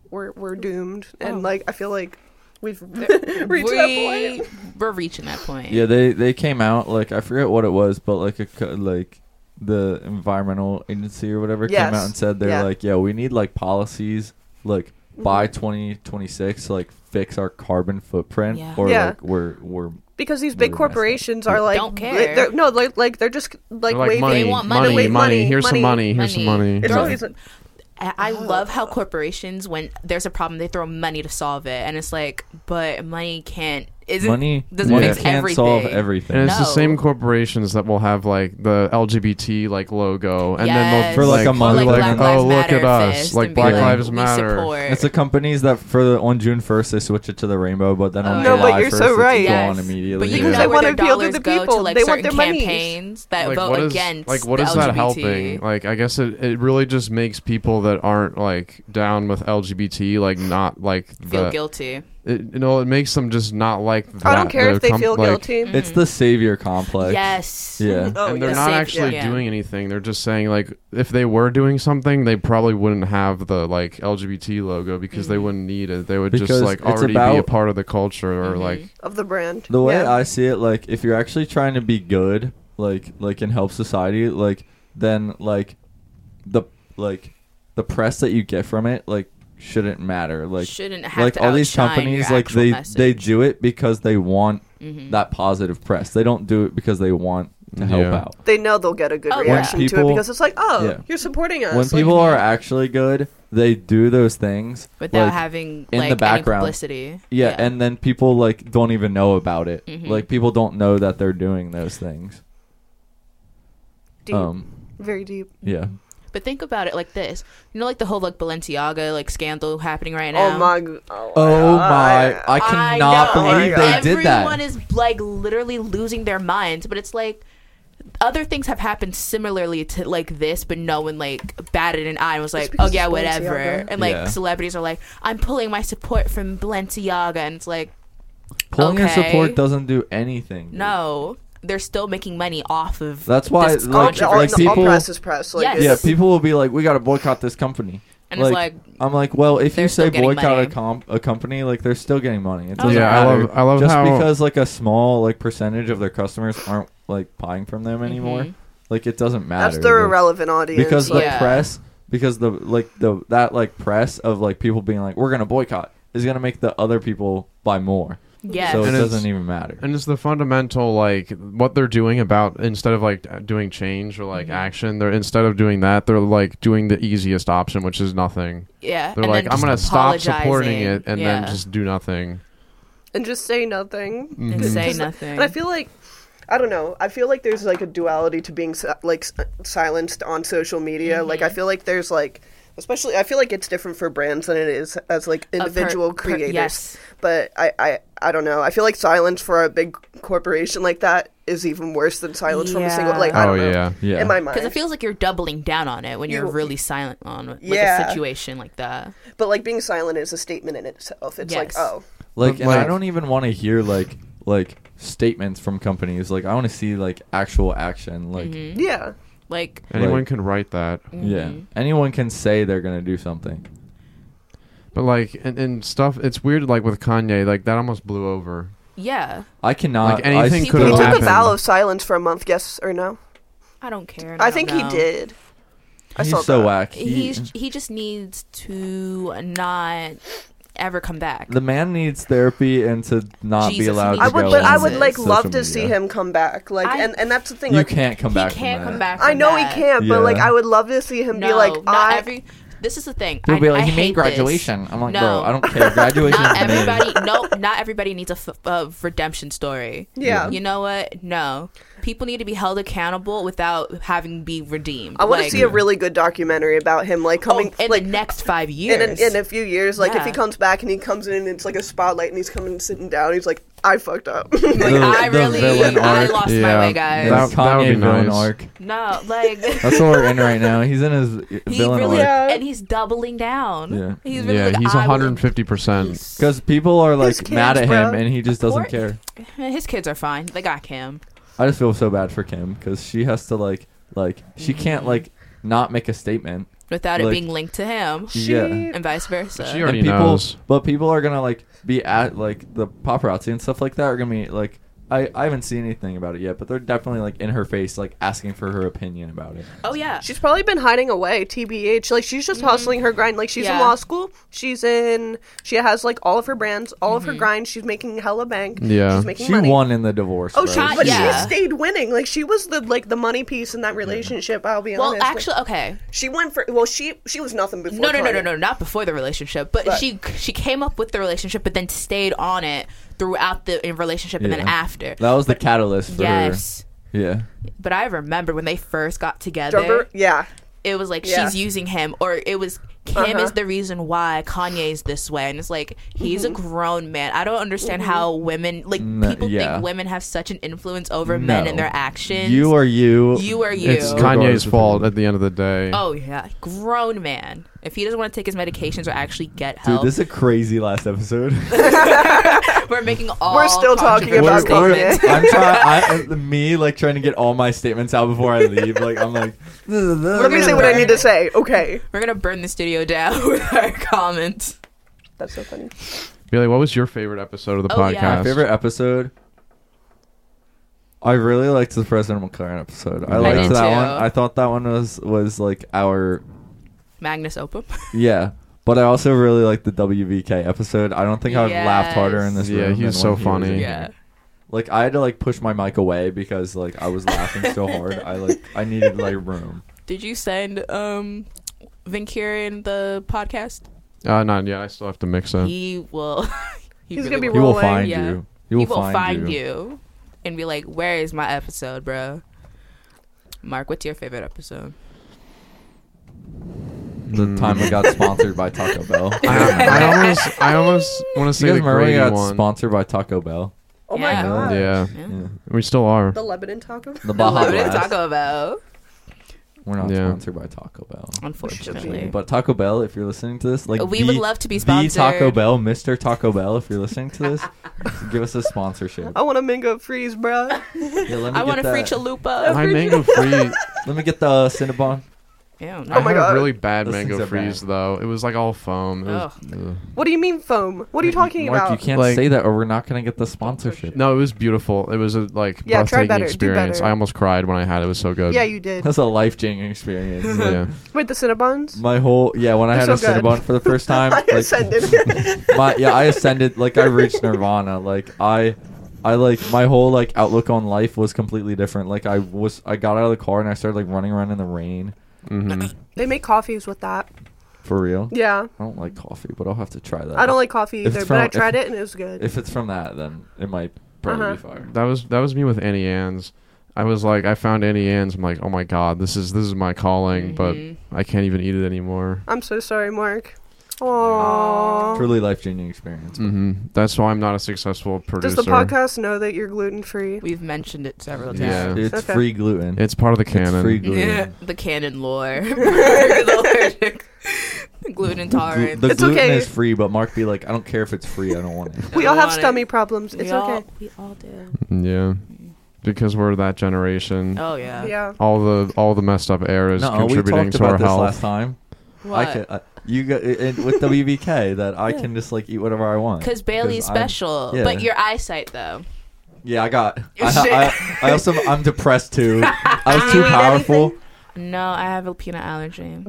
Speaker 4: we're we're doomed. And
Speaker 2: Oh.
Speaker 4: like I feel like we've reached that
Speaker 2: we,
Speaker 4: point.
Speaker 2: We're reaching that point.
Speaker 1: Yeah, they they came out like I forget what it was, but like a co- like the environmental agency or whatever
Speaker 4: Yes.
Speaker 1: came out and said they're
Speaker 4: Yeah.
Speaker 1: like, yeah, we need like policies like by
Speaker 2: Mm-hmm.
Speaker 1: 2026 to like fix our carbon footprint
Speaker 2: Yeah.
Speaker 1: or
Speaker 4: Yeah.
Speaker 1: like we're we're
Speaker 4: Because these
Speaker 1: Really
Speaker 4: big
Speaker 1: messed up.
Speaker 4: corporations are like
Speaker 2: Don't
Speaker 4: li-
Speaker 2: care.
Speaker 4: They're, no, like like they're just like,
Speaker 3: They're like,
Speaker 4: waving.
Speaker 3: money,
Speaker 2: They want
Speaker 3: money,
Speaker 2: money.
Speaker 3: money,
Speaker 4: Money,
Speaker 3: Here's some money.
Speaker 4: money.
Speaker 3: Here's some money.
Speaker 4: It's
Speaker 1: Right.
Speaker 4: always like,
Speaker 2: I, I love how corporations, when there's a problem, they throw money to solve it, and it's like, but money can't. Isn't
Speaker 1: money
Speaker 2: doesn't
Speaker 1: money
Speaker 2: fix
Speaker 1: can't
Speaker 2: everything.
Speaker 1: solve everything.
Speaker 3: and it's the
Speaker 2: No.
Speaker 3: same corporations that will have like the LGBT like logo, and then they'll
Speaker 2: Yes.
Speaker 1: For, like, a month,
Speaker 3: like,
Speaker 1: like,
Speaker 2: Black Lives
Speaker 3: oh look at
Speaker 2: Matter
Speaker 3: us,
Speaker 2: fist
Speaker 3: like
Speaker 2: and be
Speaker 3: Black
Speaker 1: like,
Speaker 3: Lives
Speaker 2: we
Speaker 3: Matter.
Speaker 2: support-
Speaker 1: It's the companies that for the on June first they switch it to the rainbow, but then on
Speaker 2: Oh, yeah.
Speaker 1: July
Speaker 2: No, but
Speaker 4: you're
Speaker 1: 1st,
Speaker 4: so
Speaker 1: it's
Speaker 4: right.
Speaker 1: gone
Speaker 2: Yes.
Speaker 1: immediately.
Speaker 2: But you
Speaker 1: Yeah.
Speaker 2: know
Speaker 4: They
Speaker 2: where
Speaker 4: want
Speaker 2: their
Speaker 4: to appeal to
Speaker 2: dollars
Speaker 4: the
Speaker 2: go to
Speaker 4: people.
Speaker 2: like
Speaker 4: They want
Speaker 2: certain
Speaker 4: their monies.
Speaker 2: campaigns that
Speaker 3: like
Speaker 2: vote
Speaker 3: what is
Speaker 2: against
Speaker 3: like what
Speaker 2: the
Speaker 3: is that
Speaker 2: LGBT.
Speaker 3: helping? Like I guess it, it really just makes people that aren't like down with LGBT like not like
Speaker 2: Feel
Speaker 3: the
Speaker 2: guilty.
Speaker 3: It, you know, it makes them just not like that.
Speaker 4: I don't care
Speaker 3: They're
Speaker 4: if they
Speaker 3: com-
Speaker 4: feel
Speaker 3: like-
Speaker 4: guilty.
Speaker 1: It's the savior complex.
Speaker 2: yes.
Speaker 1: Yeah.
Speaker 4: Oh,
Speaker 3: and they're
Speaker 4: yeah.
Speaker 3: not
Speaker 2: Safe-
Speaker 3: actually
Speaker 2: yeah.
Speaker 3: doing anything. They're just saying like if they were doing something, they probably wouldn't have the like LGBT logo because
Speaker 2: Mm-hmm.
Speaker 3: they wouldn't need it. They would
Speaker 1: Because
Speaker 3: just like
Speaker 1: it's
Speaker 3: already be a
Speaker 1: about-
Speaker 3: part of the culture or
Speaker 2: Mm-hmm.
Speaker 3: like
Speaker 4: of the brand.
Speaker 1: The way
Speaker 4: Yeah.
Speaker 1: I see it, like if you're actually trying to be good, like like and help society, like then like the like the press that you get from it, like shouldn't matter. Like
Speaker 2: Shouldn't have
Speaker 1: like
Speaker 2: to
Speaker 1: all these
Speaker 2: outshine your
Speaker 1: companies, like
Speaker 2: actual
Speaker 1: they they
Speaker 2: message. Mm-hmm.
Speaker 1: do it because they want that positive press. They don't do it because they want to help
Speaker 3: Yeah.
Speaker 1: out.
Speaker 4: they know they'll get a good
Speaker 2: Oh, yeah. When
Speaker 4: reaction to
Speaker 1: people-
Speaker 4: it because it's like, oh,
Speaker 1: Yeah.
Speaker 4: you're supporting us.
Speaker 1: When
Speaker 4: Like,
Speaker 1: people are actually good, they do those things
Speaker 2: without
Speaker 1: like,
Speaker 2: having
Speaker 1: in
Speaker 2: like
Speaker 1: the background.
Speaker 2: any publicity.
Speaker 1: Yeah, and then people like don't even know about it.
Speaker 2: Mhm.
Speaker 1: Like people don't know that they're doing those things.
Speaker 4: deep,
Speaker 1: Um,
Speaker 4: very deep.
Speaker 1: yeah.
Speaker 2: but think about it like this. You know, like the whole like Balenciaga like scandal happening right now.
Speaker 4: Oh my! g- Oh,
Speaker 1: Oh
Speaker 4: I-
Speaker 1: my! I
Speaker 2: uh, I
Speaker 1: cannot
Speaker 2: know.
Speaker 1: believe they did that.
Speaker 2: Everyone is like literally losing their minds, but it's like other things have happened similarly to like this, but no one like batted an eye and was like, "Oh
Speaker 4: because
Speaker 2: yeah,
Speaker 4: it's
Speaker 2: whatever."
Speaker 4: Balenciaga.
Speaker 2: And like
Speaker 1: Yeah.
Speaker 2: celebrities are like, "I'm pulling my support from Balenciaga," and it's like,
Speaker 1: Pulling your
Speaker 2: Okay.
Speaker 1: support doesn't do anything.
Speaker 2: no, they're still making money off of.
Speaker 1: That's why,
Speaker 2: this
Speaker 1: like-
Speaker 4: all, all,
Speaker 2: controversy.
Speaker 1: people-
Speaker 4: all press is press. Like,
Speaker 2: Yes.
Speaker 4: it's-
Speaker 1: Yeah, people will be like, "We gotta boycott this company."
Speaker 2: And it's like,
Speaker 1: I'm like, well, if you
Speaker 2: they're
Speaker 1: say
Speaker 2: still getting
Speaker 1: boycott a,
Speaker 2: money.
Speaker 1: comp- a company, like they're still getting money. It
Speaker 2: Oh,
Speaker 1: doesn't
Speaker 2: Yeah, I
Speaker 1: matter.
Speaker 3: love- I love
Speaker 1: just
Speaker 3: how-
Speaker 1: because like a small like percentage of their customers aren't like buying from them anymore.
Speaker 2: Mhm.
Speaker 1: Like it doesn't matter.
Speaker 4: that's their
Speaker 1: Like,
Speaker 4: irrelevant audience.
Speaker 1: because the
Speaker 4: like,
Speaker 2: Yeah.
Speaker 1: press because the like the that like press of like people being like we're gonna boycott is gonna make the other people buy more
Speaker 2: yes.
Speaker 1: so it
Speaker 3: And it's-
Speaker 1: doesn't even matter
Speaker 3: And it's the fundamental, like what they're doing about instead of like doing change or
Speaker 2: Mm-hmm.
Speaker 3: like action, they're instead of doing that, they're like doing the easiest option, which is nothing.
Speaker 2: yeah.
Speaker 3: They're
Speaker 2: and
Speaker 3: like,
Speaker 2: then
Speaker 3: I'm
Speaker 2: just
Speaker 3: gonna stop
Speaker 2: apologizing.
Speaker 3: supporting it and
Speaker 2: Yeah.
Speaker 3: then just do nothing.
Speaker 4: and just say nothing.
Speaker 2: and
Speaker 3: Mhm.
Speaker 2: say
Speaker 4: Just-
Speaker 2: nothing.
Speaker 4: And I feel like I don't know. I feel like there's like a duality to being si- like s- silenced on social media. Like
Speaker 2: Mm-hmm.
Speaker 4: I feel like there's like especially I feel like it's different for brands than it is as like
Speaker 2: per-
Speaker 4: individual
Speaker 2: per-
Speaker 4: creators.
Speaker 2: yes.
Speaker 4: But I, I I don't know. I feel like silence for a big corporation like that is even worse than silence from a single.
Speaker 2: Yeah.
Speaker 4: Like I
Speaker 3: Oh
Speaker 4: don't know.
Speaker 3: yeah.
Speaker 1: Yeah.
Speaker 4: In my mind,
Speaker 2: Because it feels like you're doubling down on it when you're
Speaker 4: You-
Speaker 2: really silent on like
Speaker 4: Yeah.
Speaker 2: a situation like that.
Speaker 4: but like being silent is a statement in itself. It's like
Speaker 2: Yes.
Speaker 4: oh,
Speaker 1: like, and I
Speaker 3: like-
Speaker 1: don't even want to hear like like statements from companies. Like, I want to see like actual action. Like,
Speaker 2: Mhm.
Speaker 4: yeah,
Speaker 2: Like,
Speaker 3: Anyone
Speaker 1: Like-
Speaker 3: can write that.
Speaker 1: yeah,
Speaker 2: Mhm.
Speaker 1: anyone can say they're gonna do something.
Speaker 3: But like and, and stuff it's weird like with Kanye, like that almost blew over.
Speaker 2: yeah,
Speaker 1: I cannot.
Speaker 3: Like, anything
Speaker 1: I
Speaker 2: could
Speaker 4: he
Speaker 2: have
Speaker 4: took
Speaker 2: happened.
Speaker 4: a vow of silence for a month. Yes or no?
Speaker 2: I don't care. and
Speaker 4: I,
Speaker 2: don't
Speaker 4: think
Speaker 2: know.
Speaker 4: he did. I
Speaker 1: He's
Speaker 4: saw
Speaker 1: so
Speaker 4: that.
Speaker 1: whack. He-
Speaker 2: He's he just needs to not ever come back.
Speaker 1: the man needs therapy and to not be
Speaker 2: Jesus
Speaker 1: allowed.
Speaker 2: needs
Speaker 1: To
Speaker 4: I would,
Speaker 1: go
Speaker 4: but I
Speaker 1: on
Speaker 4: would like
Speaker 1: social
Speaker 4: love to
Speaker 1: media.
Speaker 4: see him come back. Like,
Speaker 2: I-
Speaker 4: and and that's the thing.
Speaker 1: You
Speaker 4: like,
Speaker 1: can't come
Speaker 2: he
Speaker 1: back.
Speaker 2: can't
Speaker 1: from
Speaker 2: come
Speaker 1: that.
Speaker 2: back.
Speaker 4: I
Speaker 2: from
Speaker 4: know
Speaker 2: that.
Speaker 4: he can't, but like,
Speaker 1: Yeah.
Speaker 4: I would love to see him be
Speaker 2: No,
Speaker 4: like,
Speaker 2: not
Speaker 4: I.
Speaker 2: every. This is the thing.
Speaker 1: He'll
Speaker 2: I,
Speaker 1: be like,
Speaker 2: I
Speaker 1: "You
Speaker 2: hate
Speaker 1: made
Speaker 2: this.
Speaker 1: graduation." I'm like, bro,
Speaker 2: No.
Speaker 1: I don't care. Graduation.
Speaker 2: Not everybody. no, not everybody needs a, f- a redemption story.
Speaker 4: yeah.
Speaker 2: You know what? No, people need to be held accountable without having be redeemed.
Speaker 4: I want to
Speaker 2: Like-
Speaker 4: see a really good documentary about him, like coming,
Speaker 2: oh, in
Speaker 4: like
Speaker 2: the next five
Speaker 4: in
Speaker 2: years.
Speaker 4: a, in a few years. Like, if
Speaker 2: Yeah.
Speaker 4: he comes back and he comes in and it's like a spotlight and he's coming and sitting down, he's like, I fucked up.
Speaker 2: like,
Speaker 1: The-
Speaker 2: I
Speaker 1: the
Speaker 2: really,
Speaker 1: villain
Speaker 2: I
Speaker 1: arc,
Speaker 2: lost
Speaker 3: yeah.
Speaker 2: my way, guys.
Speaker 3: That- that would be
Speaker 1: Kanye villain
Speaker 3: nice.
Speaker 1: arc.
Speaker 2: no, like
Speaker 1: That's what we're in right now. He's in his
Speaker 2: he
Speaker 1: villain
Speaker 2: really,
Speaker 1: arc.
Speaker 4: Yeah.
Speaker 2: and he's doubling down.
Speaker 1: Yeah.
Speaker 2: he's really
Speaker 3: Yeah,
Speaker 2: like,
Speaker 3: he's
Speaker 2: I will-
Speaker 3: hundred and fifty percent.
Speaker 1: Because people are like
Speaker 4: His kids,
Speaker 1: mad at
Speaker 4: bro.
Speaker 1: him, and he just doesn't
Speaker 2: Poor-
Speaker 1: care.
Speaker 2: His kids are fine. They got Kim.
Speaker 1: I just feel so bad for Kim because she has to like like she can't like not make a statement.
Speaker 2: without it
Speaker 1: Like-
Speaker 2: being linked to him
Speaker 1: Yeah.
Speaker 2: and vice versa.
Speaker 3: She already
Speaker 1: and people,
Speaker 3: knows.
Speaker 1: but people are gonna like be at like the paparazzi and stuff like that are gonna be like. I, I haven't seen anything about it yet, but they're definitely like in her face, like asking for her opinion about it.
Speaker 2: oh yeah.
Speaker 4: She's probably been hiding away, TBH. Like she's just hustling her grind. Like she's in
Speaker 2: Mm-hmm. Yeah.
Speaker 4: law school. She's in. She has like all of her brands, all of her
Speaker 2: Mm-hmm.
Speaker 4: grinds. She's making hella bank.
Speaker 3: Yeah.
Speaker 4: she's making
Speaker 1: She
Speaker 4: money.
Speaker 1: won in the divorce.
Speaker 4: Oh,
Speaker 1: right?
Speaker 4: she,
Speaker 2: Right.
Speaker 4: but
Speaker 2: Yeah.
Speaker 4: she stayed winning. Like she was the like the money piece in that relationship. I'll be
Speaker 2: well,
Speaker 4: honest. Like,
Speaker 2: actually, okay.
Speaker 4: she went for. Well, she she was nothing before.
Speaker 2: No, no, no, no,
Speaker 4: Kanye.
Speaker 2: no, not before the relationship, but,
Speaker 4: But-
Speaker 2: she she came up with the relationship, but then stayed on it throughout the relationship, and then
Speaker 1: Yeah.
Speaker 2: after.
Speaker 1: that was the catalyst for
Speaker 2: yes,
Speaker 1: her. Yeah.
Speaker 2: but I remember when they first got together.
Speaker 4: Remember? Yeah.
Speaker 2: it was like
Speaker 4: Yeah.
Speaker 2: she's using him or it was Kim
Speaker 4: Uh-huh.
Speaker 2: is the reason why Kanye's this way and it's like he's
Speaker 4: Mm-hmm.
Speaker 2: a grown man. I don't understand how women like
Speaker 1: No,
Speaker 2: people
Speaker 1: yeah.
Speaker 2: think women have such an influence over men and
Speaker 1: No.
Speaker 2: their actions.
Speaker 1: You are you.
Speaker 2: you are you.
Speaker 3: It's
Speaker 1: Regardless
Speaker 3: Kanye's
Speaker 1: of
Speaker 3: fault
Speaker 1: who-
Speaker 3: at the end of the day.
Speaker 2: oh yeah, grown man. If he doesn't want to take his medications or actually get
Speaker 1: Dude,
Speaker 2: help,
Speaker 1: this is a crazy last episode.
Speaker 2: we're making all
Speaker 4: We're still talking
Speaker 2: controversial
Speaker 4: about
Speaker 2: statements.
Speaker 4: Kanye.
Speaker 1: I'm trying. I, me like trying to get all my statements out before I leave. Like I'm like.
Speaker 4: Let me
Speaker 2: gonna
Speaker 4: say what I
Speaker 2: burn
Speaker 4: need to
Speaker 2: it.
Speaker 4: say. Okay.
Speaker 2: We're gonna burn the studio down with our comments.
Speaker 4: That's so funny.
Speaker 3: Billy, what was your favorite episode of the
Speaker 2: Oh,
Speaker 3: podcast?
Speaker 2: yeah.
Speaker 1: My favorite episode. I really liked the President McLaren episode. I
Speaker 3: I
Speaker 1: liked
Speaker 3: did
Speaker 1: that
Speaker 2: too.
Speaker 1: one. I thought that one was was like our
Speaker 2: Magnus Opum.
Speaker 1: yeah. But I also really liked the WVK episode. I don't think I've laughed harder in this
Speaker 3: Yes. Yeah,
Speaker 1: room.
Speaker 3: he
Speaker 1: than
Speaker 3: was so
Speaker 1: when he
Speaker 3: funny.
Speaker 1: in
Speaker 2: yeah.
Speaker 1: here. Like I had to like push my mic away because like I was laughing so hard. I like I needed like room.
Speaker 2: Did you send um Vinkirian the podcast?
Speaker 3: Uh, not yet. I still have to mix
Speaker 1: Uh.
Speaker 3: it.
Speaker 2: He will. he
Speaker 4: He's
Speaker 2: really
Speaker 4: gonna be
Speaker 1: He will
Speaker 4: Rolling,
Speaker 1: find
Speaker 2: yeah.
Speaker 1: you. He
Speaker 2: He
Speaker 1: will,
Speaker 2: will find, you. and be like, "Where is my episode, bro?" Mark, what's your favorite episode?
Speaker 3: Mm.
Speaker 1: The time we got sponsored by Taco Bell.
Speaker 3: I, I almost, I almost
Speaker 1: you
Speaker 3: want to say
Speaker 1: guys
Speaker 3: the
Speaker 1: remember we
Speaker 3: Grady
Speaker 1: got
Speaker 3: one.
Speaker 1: sponsored by Taco Bell?
Speaker 4: Oh
Speaker 2: Yeah.
Speaker 4: my god.
Speaker 3: yeah,
Speaker 2: Yeah.
Speaker 1: Yeah.
Speaker 3: we still are.
Speaker 4: The Lebanon taco.
Speaker 1: The
Speaker 2: The
Speaker 1: Baja
Speaker 2: Lebanon
Speaker 1: Blast.
Speaker 2: Taco Bell.
Speaker 1: We're not
Speaker 3: Yeah.
Speaker 1: sponsored by Taco Bell.
Speaker 2: Unfortunately,
Speaker 1: But Taco Bell, if you're listening to this, like
Speaker 2: we
Speaker 1: the,
Speaker 2: would love to be
Speaker 1: the
Speaker 2: sponsored.
Speaker 1: Taco Bell, Mr. Taco Bell, if you're listening to this, give us a sponsorship.
Speaker 4: I want a mango freeze, bro.
Speaker 1: Yeah, let me
Speaker 2: I
Speaker 1: get
Speaker 2: want a free
Speaker 1: that-
Speaker 2: chalupa.
Speaker 3: My mango free.
Speaker 1: Let me get the Cinnabon.
Speaker 2: Yeah,
Speaker 3: I
Speaker 4: Oh my
Speaker 3: had
Speaker 4: God.
Speaker 3: a really bad
Speaker 1: Those
Speaker 3: mango
Speaker 1: things are
Speaker 3: freeze though. It was like all foam. It was- ugh.
Speaker 4: What do you mean foam? What are you talking
Speaker 1: Mark,
Speaker 4: about?
Speaker 1: you can't
Speaker 3: Like-
Speaker 1: say that, or we're not gonna get the sponsorship.
Speaker 3: No, it was beautiful. It was a like
Speaker 4: Yeah, try
Speaker 3: breathtaking
Speaker 4: better. Do
Speaker 3: experience.
Speaker 4: better.
Speaker 3: I almost cried when I had it. It was so good.
Speaker 4: Yeah, you did.
Speaker 1: That's a life changing experience.
Speaker 3: yeah.
Speaker 4: Wait, the Cinnabons?
Speaker 1: My whole yeah, when I
Speaker 4: They're
Speaker 1: had
Speaker 4: so
Speaker 1: a
Speaker 4: good.
Speaker 1: Cinnabon for the first time,
Speaker 4: I
Speaker 1: like,
Speaker 4: ascended.
Speaker 1: my yeah, I ascended like I reached nirvana. Like I I like my whole like outlook on life was completely different. Like I was I got out of the car and I started like running around in the rain.
Speaker 3: hmm
Speaker 4: they make coffees with that.
Speaker 1: For real.
Speaker 4: Yeah.
Speaker 1: I don't like coffee, but I'll have to try that.
Speaker 4: I don't like coffee
Speaker 1: If
Speaker 4: either,
Speaker 1: it's
Speaker 4: but I
Speaker 1: from-
Speaker 4: tried it and it was good.
Speaker 1: if it's from that then it might probably be
Speaker 4: Uh-huh.
Speaker 1: fire.
Speaker 3: That was that was me with Annie Ann's. I was like, I found Annie Ann's. I'm like, oh my god, this is this is my calling,
Speaker 2: Mhm.
Speaker 3: but I can't even eat it anymore.
Speaker 4: I'm so sorry, Mark. Aww.
Speaker 1: Truly life changing experience.
Speaker 3: hmm That's why I'm not a successful producer.
Speaker 4: Does the podcast know that you're gluten free?
Speaker 2: We've mentioned it several times.
Speaker 3: Yeah.
Speaker 1: It's
Speaker 4: Okay.
Speaker 1: free gluten.
Speaker 3: It's part of the canon.
Speaker 1: It's free gluten.
Speaker 2: Yeah, the canon lore. the gluten intolerance.
Speaker 1: The
Speaker 4: It's
Speaker 1: gluten
Speaker 4: okay.
Speaker 1: is free, but Mark be like, I don't care if it's free. I don't want it.
Speaker 4: We
Speaker 2: I
Speaker 4: all have
Speaker 2: want it.
Speaker 4: stomach problems. It's
Speaker 2: we all,
Speaker 4: okay.
Speaker 2: We all do.
Speaker 3: Yeah, because we're that generation.
Speaker 2: Oh yeah.
Speaker 4: Yeah.
Speaker 3: All the all the messed up air is
Speaker 1: No, we
Speaker 3: contributing
Speaker 1: talked
Speaker 3: to our
Speaker 1: about this
Speaker 3: health.
Speaker 1: last time. I can, I, you got and with WBK that I can just like eat whatever I want.
Speaker 2: Because Bailey's
Speaker 1: I'm-
Speaker 2: special,
Speaker 1: yeah.
Speaker 2: but your eyesight though.
Speaker 1: Yeah, I got.
Speaker 2: Your shit.
Speaker 1: I, I, I also I'm depressed too. I was too
Speaker 4: You eat
Speaker 1: powerful.
Speaker 2: No, I have a peanut allergy.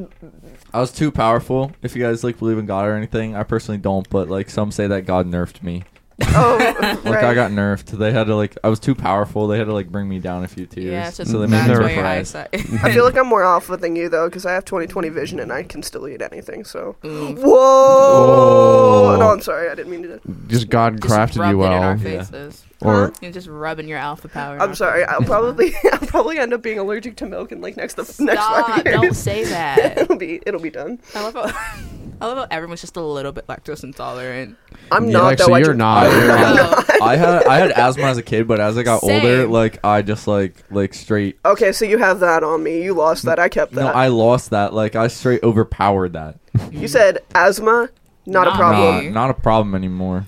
Speaker 1: I was too powerful. If you guys like believe in God or anything, I personally don't. But like some say that God nerfed me.
Speaker 4: Oh,
Speaker 1: Like
Speaker 4: right.
Speaker 1: I got nerfed. They had to like I was too powerful. They had to like bring me down a few tiers.
Speaker 2: Yeah, so,
Speaker 3: So they
Speaker 2: that's
Speaker 3: made it
Speaker 2: why your
Speaker 1: depressed.
Speaker 2: eyesight.
Speaker 4: I feel like I'm more alpha than you though, because I have 20/20 vision and I can still eat anything. So.
Speaker 2: Mm.
Speaker 4: Whoa! No, I'm sorry. I didn't mean to.
Speaker 3: Just God
Speaker 2: Just
Speaker 3: crafted
Speaker 2: rubbed
Speaker 3: you
Speaker 2: it in our
Speaker 3: well,
Speaker 1: Yeah.
Speaker 2: faces.
Speaker 3: or
Speaker 2: You're just rubbing your alpha power. in
Speaker 4: I'm
Speaker 2: our
Speaker 4: sorry.
Speaker 2: faces.
Speaker 4: I'll probably I'll probably end up being allergic to milk in like next the next
Speaker 2: Stop!
Speaker 4: five years.
Speaker 2: Don't say that.
Speaker 4: it'll be it'll be done.
Speaker 2: I love how I love how everyone's just a little bit lactose intolerant.
Speaker 4: I'm
Speaker 3: Yeah,
Speaker 4: not
Speaker 3: like,
Speaker 4: though.
Speaker 3: so
Speaker 4: I
Speaker 3: you're
Speaker 4: just-
Speaker 3: not.
Speaker 1: You're
Speaker 4: I'm
Speaker 1: not.
Speaker 4: not.
Speaker 1: I had I had asthma as a kid, but as I got older,
Speaker 2: Oh. Same.
Speaker 1: like I just like like straight.
Speaker 4: Okay, so you have that on me. You lost that. I kept that.
Speaker 1: No, I lost that. Like I straight overpowered that.
Speaker 4: you said asthma, not, a
Speaker 2: Not
Speaker 4: problem.
Speaker 1: Not,
Speaker 2: me.
Speaker 1: not a problem anymore.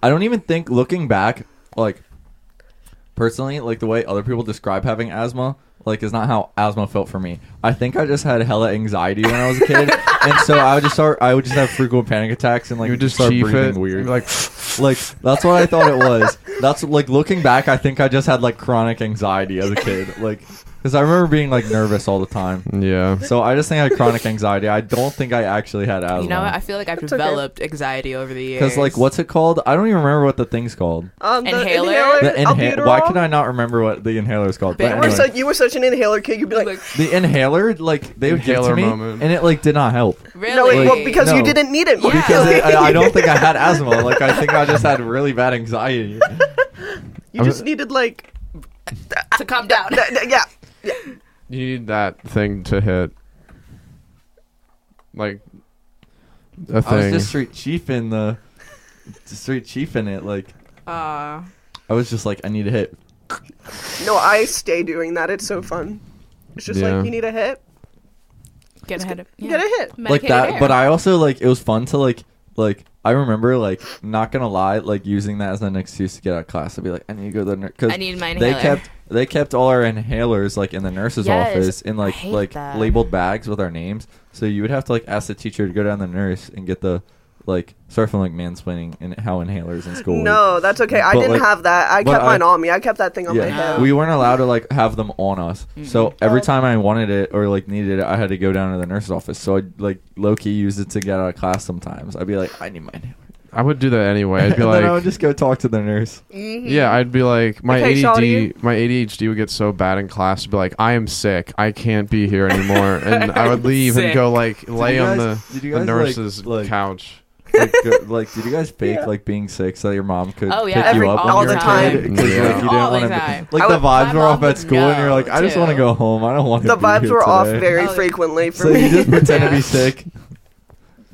Speaker 1: I don't even think looking back, like personally, like the way other people describe having asthma, like is not how asthma felt for me. I think I just had hella anxiety when I was a kid, and so I would just start. I would just have frequent panic attacks and like
Speaker 3: you would just
Speaker 1: start
Speaker 3: chief
Speaker 1: breathing
Speaker 3: it.
Speaker 1: weird.
Speaker 3: You'd be Like
Speaker 1: Like that's what I thought it was. That's like looking back, I think I just had like chronic anxiety as a kid. Like because I remember being like nervous all the time.
Speaker 3: yeah.
Speaker 1: So I just think I had chronic anxiety. I don't think I actually had asthma.
Speaker 2: You know what? I feel like I've
Speaker 4: It's okay.
Speaker 2: developed anxiety over the years.
Speaker 1: Because like, what's it called? I don't even remember what the thing's called.
Speaker 4: Um, the
Speaker 2: Inhaler?
Speaker 4: inhaler.
Speaker 1: The inhaler.
Speaker 4: albuterol?
Speaker 1: Why can I not remember what the inhaler is called? But
Speaker 2: You
Speaker 4: You were,
Speaker 1: anyway,
Speaker 4: such, you were such an inhaler kid. You'd be like,
Speaker 2: Like,
Speaker 1: the inhaler, like they would give
Speaker 3: Inhaler
Speaker 1: to me,
Speaker 3: moment.
Speaker 1: and it like did not help
Speaker 2: really?
Speaker 4: no, wait, well,
Speaker 1: Like,
Speaker 4: because
Speaker 1: no.
Speaker 4: you didn't need it.
Speaker 2: Yeah.
Speaker 1: because
Speaker 2: Really?
Speaker 1: it, I, I don't think I had asthma. Like I think I just had really bad anxiety.
Speaker 4: you just needed like,
Speaker 2: to calm down.
Speaker 4: th- th- yeah.
Speaker 3: You need that thing to hit. Like a
Speaker 1: I was
Speaker 3: thing.
Speaker 1: just straight chief in the straight chief in it. Like
Speaker 2: Uh,
Speaker 1: I was just like, I need a hit.
Speaker 4: No, I stay doing that. It's so fun. It's just
Speaker 3: Yeah.
Speaker 4: like you need a hit.
Speaker 2: get ahead of
Speaker 4: You
Speaker 2: yeah.
Speaker 4: Get a hit.
Speaker 1: like that but i also like it was fun to like like i remember like not gonna lie like using that as an excuse to get out of class i'd be like i need to go to the nurse
Speaker 2: I need my
Speaker 1: they
Speaker 2: inhaler.
Speaker 1: kept they kept all our inhalers like in the nurse's
Speaker 2: Yes,
Speaker 1: office in
Speaker 2: I
Speaker 1: like
Speaker 2: hate
Speaker 1: like
Speaker 2: that.
Speaker 1: labeled bags with our names so you would have to like ask the teacher to go down to the nurse and get the like start from like mansplaining and how inhalers in school work.
Speaker 4: No, that's okay. I
Speaker 1: But,
Speaker 4: didn't
Speaker 1: like-
Speaker 4: have that. I
Speaker 1: but
Speaker 4: kept
Speaker 1: I-
Speaker 4: mine on me. I kept that thing on my
Speaker 1: Yeah,
Speaker 4: head.
Speaker 1: we weren't allowed to like have them on us.
Speaker 2: Mm-hmm.
Speaker 1: So every
Speaker 4: Oh.
Speaker 1: time I wanted it or like needed it, I had to go down to the nurse's office. So I like low key used it to get out of class. Sometimes I'd be like, I need my inhaler.
Speaker 3: I would do that anyway. I'd
Speaker 1: and
Speaker 3: be
Speaker 1: then I would
Speaker 3: like,
Speaker 1: just go talk to the nurse.
Speaker 4: Mm-hmm.
Speaker 3: yeah, I'd be like, my ADD,
Speaker 4: Okay, Shawty.
Speaker 3: my ADHD would get so bad in class. I'd be like, I am sick. I can't be here anymore. And I would leave and go like lay
Speaker 1: you
Speaker 3: on
Speaker 1: guys-
Speaker 3: the,
Speaker 1: did you
Speaker 3: the
Speaker 1: guys, like-
Speaker 3: nurse's
Speaker 1: like-
Speaker 3: couch.
Speaker 1: Like, go, like, did you guys fake
Speaker 4: Yeah.
Speaker 1: like being sick so that your mom could
Speaker 2: Oh, yeah.
Speaker 1: pick
Speaker 4: Every-
Speaker 1: you up
Speaker 4: all
Speaker 1: when you
Speaker 4: the
Speaker 1: were a
Speaker 4: time.
Speaker 1: kid? 'Cause,
Speaker 3: Yeah.
Speaker 1: like you didn't
Speaker 2: All the
Speaker 1: want to
Speaker 2: time.
Speaker 1: be
Speaker 4: I
Speaker 1: like the
Speaker 4: would-
Speaker 1: vibes
Speaker 2: my
Speaker 1: were
Speaker 2: mom
Speaker 1: off at
Speaker 2: would
Speaker 1: school, and you're
Speaker 2: know,
Speaker 1: like, I just
Speaker 2: too.
Speaker 1: want to go home. I don't want to.
Speaker 4: the
Speaker 1: be
Speaker 4: vibes
Speaker 1: here
Speaker 4: were off
Speaker 1: today."
Speaker 4: very
Speaker 2: Oh, yeah.
Speaker 4: frequently for
Speaker 1: So
Speaker 4: me.
Speaker 1: you just pretend to
Speaker 2: Yeah.
Speaker 1: be sick.